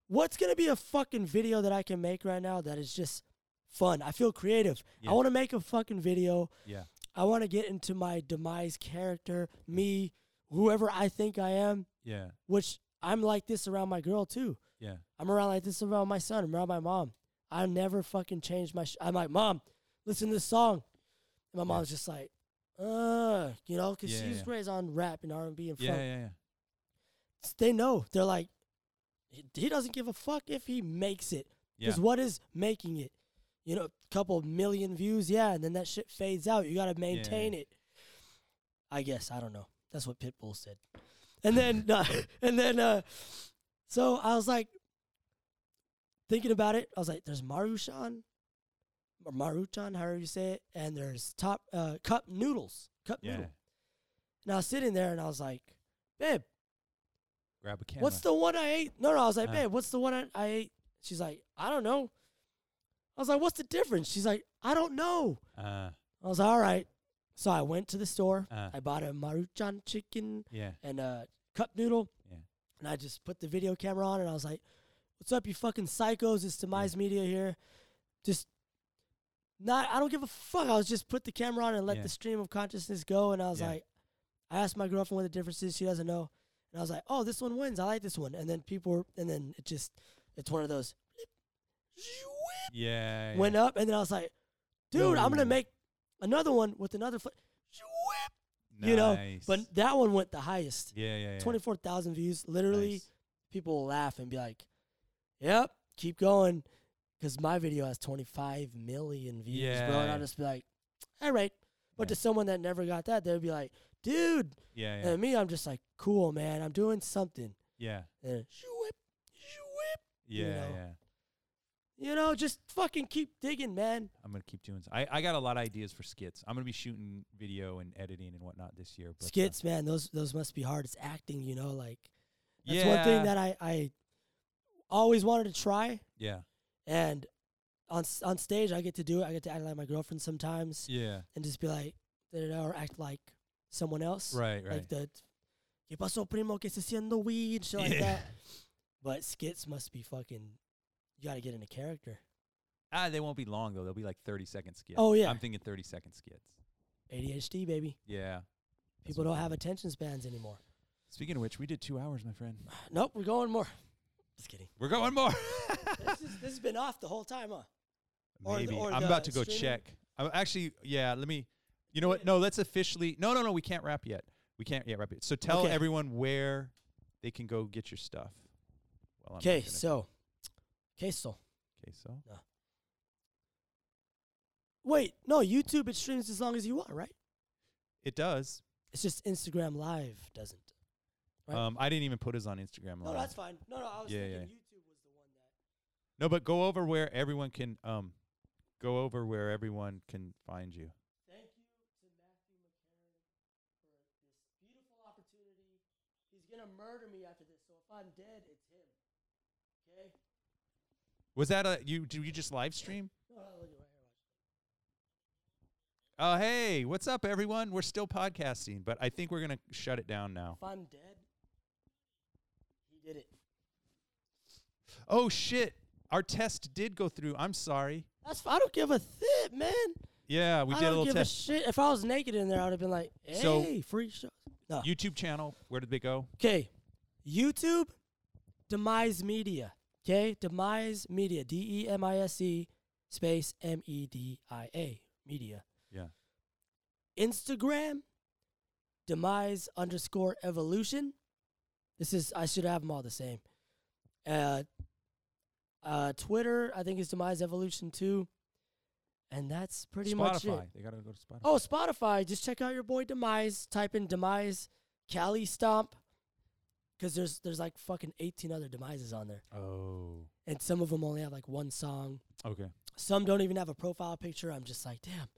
[SPEAKER 1] what's going to be a fucking video that I can make right now that is just fun. I feel creative.
[SPEAKER 2] Yeah.
[SPEAKER 1] I want to make a fucking video.
[SPEAKER 2] Yeah.
[SPEAKER 1] I want to get into my demise character, me, whoever I think I am,
[SPEAKER 2] Yeah.
[SPEAKER 1] which I'm like this around my girl too.
[SPEAKER 2] Yeah.
[SPEAKER 1] I'm around like this around my son. I'm around my mom. I never fucking change my. Sh- I'm like, mom, listen to this song. And my mom's just like, uh, you know, because
[SPEAKER 2] Yeah,
[SPEAKER 1] she was
[SPEAKER 2] yeah.
[SPEAKER 1] raised on rap and R and B and
[SPEAKER 2] Yeah.
[SPEAKER 1] funk.
[SPEAKER 2] Yeah. Yeah.
[SPEAKER 1] S- They know. They're like, he, he doesn't give a fuck if he makes it.
[SPEAKER 2] Yeah.
[SPEAKER 1] Because what is making it? You know, a couple million views, yeah, and then that shit fades out. You got to maintain it. I guess I don't know. That's what Pitbull said. And then, uh, and then, uh, so I was like thinking about it. I was like, "There's Maruchan, or Maruchan, however you say it, and there's top uh, cup noodles, cup
[SPEAKER 2] Yeah.
[SPEAKER 1] noodle." And I was sitting there, and I was like, "Babe,
[SPEAKER 2] Grab a camera.
[SPEAKER 1] What's the one I ate? No, no. I was like,
[SPEAKER 2] Uh.
[SPEAKER 1] babe, what's the one I, I ate? She's like, I don't know. I was like, what's the difference? She's like, I don't know.
[SPEAKER 2] Uh.
[SPEAKER 1] I was like, all right. So I went to the store.
[SPEAKER 2] Uh.
[SPEAKER 1] I bought a maruchan chicken
[SPEAKER 2] Yeah.
[SPEAKER 1] and a cup noodle.
[SPEAKER 2] Yeah.
[SPEAKER 1] And I just put the video camera on and I was like, what's up, you fucking psychos? It's Demise Media here. Just not, I don't give a fuck. I was just put the camera on and let
[SPEAKER 2] Yeah.
[SPEAKER 1] the stream of consciousness go. And I was
[SPEAKER 2] Yeah.
[SPEAKER 1] like, I asked my girlfriend what the difference is. She doesn't know. And I was like, oh, this one wins. I like this one. And then people were, and then it just, it's one of those
[SPEAKER 2] Yeah. yeah.
[SPEAKER 1] went up. And then I was like, dude, I'm going
[SPEAKER 2] No.
[SPEAKER 1] to make another one with another. Fl- you know. But
[SPEAKER 2] Nice.
[SPEAKER 1] that one went the highest.
[SPEAKER 2] yeah, yeah, yeah.
[SPEAKER 1] 24,000 views. Literally,
[SPEAKER 2] Nice.
[SPEAKER 1] people will laugh and be like, yep, keep going. Because my video has 25 million views, bro. And
[SPEAKER 2] Yeah.
[SPEAKER 1] I'll just be like, all right. But to
[SPEAKER 2] Yeah.
[SPEAKER 1] someone that never got that, they'd be like, dude.
[SPEAKER 2] Yeah, yeah,
[SPEAKER 1] And me, I'm just like, cool, man. I'm doing something.
[SPEAKER 2] yeah,
[SPEAKER 1] And shoo-whip, shoo-whip.
[SPEAKER 2] yeah,
[SPEAKER 1] you know.
[SPEAKER 2] yeah.
[SPEAKER 1] You know, just fucking keep digging, man.
[SPEAKER 2] I'm gonna keep doing. s- I I got a lot of ideas for skits. I'm gonna be shooting video and editing and whatnot this year. But, uh,
[SPEAKER 1] Skits, man. Those those must be hard. It's acting, you know. Like that's
[SPEAKER 2] yeah,
[SPEAKER 1] one thing that I I always wanted to try.
[SPEAKER 2] Yeah,
[SPEAKER 1] and on s- on stage I get to do it. I get to act like my girlfriend sometimes
[SPEAKER 2] yeah,
[SPEAKER 1] and just be like, da, da, da, or act like someone else,
[SPEAKER 2] right, right.
[SPEAKER 1] like the "Que pasó primo que se haciendo weed" shit like
[SPEAKER 2] Yeah.
[SPEAKER 1] that. But skits must be fucking. You gotta get into character.
[SPEAKER 2] Ah, they won't be long though. They'll be like 30 second skits.
[SPEAKER 1] Oh, yeah.
[SPEAKER 2] I'm thinking 30 second skits.
[SPEAKER 1] ADHD, baby.
[SPEAKER 2] Yeah. That's
[SPEAKER 1] People
[SPEAKER 2] what
[SPEAKER 1] don't
[SPEAKER 2] I'm
[SPEAKER 1] have
[SPEAKER 2] thinking.
[SPEAKER 1] attention spans anymore.
[SPEAKER 2] Speaking of which, we did two hours, my friend.
[SPEAKER 1] Nope, we're going more. Just kidding.
[SPEAKER 2] We're going more.
[SPEAKER 1] this, is, this has been off the whole time, huh? or the-
[SPEAKER 2] Maybe
[SPEAKER 1] or
[SPEAKER 2] I'm
[SPEAKER 1] the
[SPEAKER 2] about to go
[SPEAKER 1] streaming?
[SPEAKER 2] check. I'm actually, yeah. Let me. You know what? No, let's officially. No, no, no. We can't wrap yet. We can't yet wrap it. So tell
[SPEAKER 1] Okay.
[SPEAKER 2] everyone where they can go get your stuff. Well, I'm not
[SPEAKER 1] Okay,
[SPEAKER 2] gonna-
[SPEAKER 1] so, okay, so
[SPEAKER 2] okay, so
[SPEAKER 1] wait, no, YouTube it streams as long as you want, right?
[SPEAKER 2] it does.
[SPEAKER 1] It's just Instagram Live doesn't. Right.
[SPEAKER 2] Um, I didn't even put us on Instagram
[SPEAKER 1] No,
[SPEAKER 2] live.
[SPEAKER 1] that's fine. No, no, I was
[SPEAKER 2] Yeah,
[SPEAKER 1] thinking
[SPEAKER 2] yeah.
[SPEAKER 1] YouTube was the one that.
[SPEAKER 2] No, but go over where everyone can. Um, go over where everyone can find you.
[SPEAKER 1] Thank you to Matthew McCarron for this beautiful opportunity. He's gonna murder me after this, so if I'm dead, it's him. Okay.
[SPEAKER 2] Was that a you? Do you just live stream?
[SPEAKER 1] No, no, look at right here. Watch.
[SPEAKER 2] Oh, hey, what's up, everyone? We're still podcasting, but I think we're gonna shut it down now.
[SPEAKER 1] If I'm dead, he did it.
[SPEAKER 2] Oh shit, our test did go through. I'm sorry.
[SPEAKER 1] That's. f- I don't give a shit, man.
[SPEAKER 2] Yeah, we
[SPEAKER 1] I
[SPEAKER 2] did a
[SPEAKER 1] don't
[SPEAKER 2] little
[SPEAKER 1] give
[SPEAKER 2] test.
[SPEAKER 1] a shit. If I was naked in there, I'd have been like, "Hey,
[SPEAKER 2] So-
[SPEAKER 1] free show." No.
[SPEAKER 2] YouTube channel. Where did they go?
[SPEAKER 1] Okay. YouTube, Demise Media. Okay. Demise Media. D E M I S E space M E D I A Media.
[SPEAKER 2] Yeah.
[SPEAKER 1] Instagram, Demise underscore evolution. This is, I should have them all the same. Uh, uh, Twitter, I think is Demise Evolution too. And that's pretty much it.
[SPEAKER 2] Spotify. They gotta go to Spotify.
[SPEAKER 1] Oh, Spotify. Just check out your boy Demise. Type in Demise Cali Stomp. Because there's there's like fucking 18 other Demises on there.
[SPEAKER 2] Oh.
[SPEAKER 1] And some of them only have like one song.
[SPEAKER 2] Okay.
[SPEAKER 1] Some don't even have a profile picture. I'm just like, damn,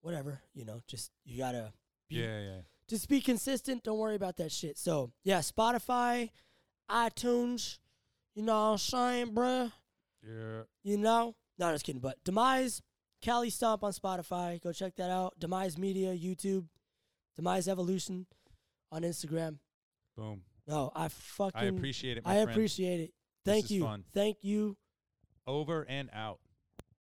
[SPEAKER 1] whatever. You know, just you gotta be,
[SPEAKER 2] Yeah, yeah.
[SPEAKER 1] just be consistent. Don't worry about that shit. So yeah, Spotify, iTunes, you know what I'm saying, bruh?
[SPEAKER 2] Yeah.
[SPEAKER 1] You know? No, just kidding. But Demise, Cali Stomp on Spotify. Go check that out. Demise Media, YouTube. Demise Evolution on Instagram.
[SPEAKER 2] Boom.
[SPEAKER 1] No, I fucking.
[SPEAKER 2] I appreciate it. My
[SPEAKER 1] I
[SPEAKER 2] friend.
[SPEAKER 1] appreciate it. Thank
[SPEAKER 2] is
[SPEAKER 1] you.
[SPEAKER 2] fun.
[SPEAKER 1] Thank you.
[SPEAKER 2] Over and out.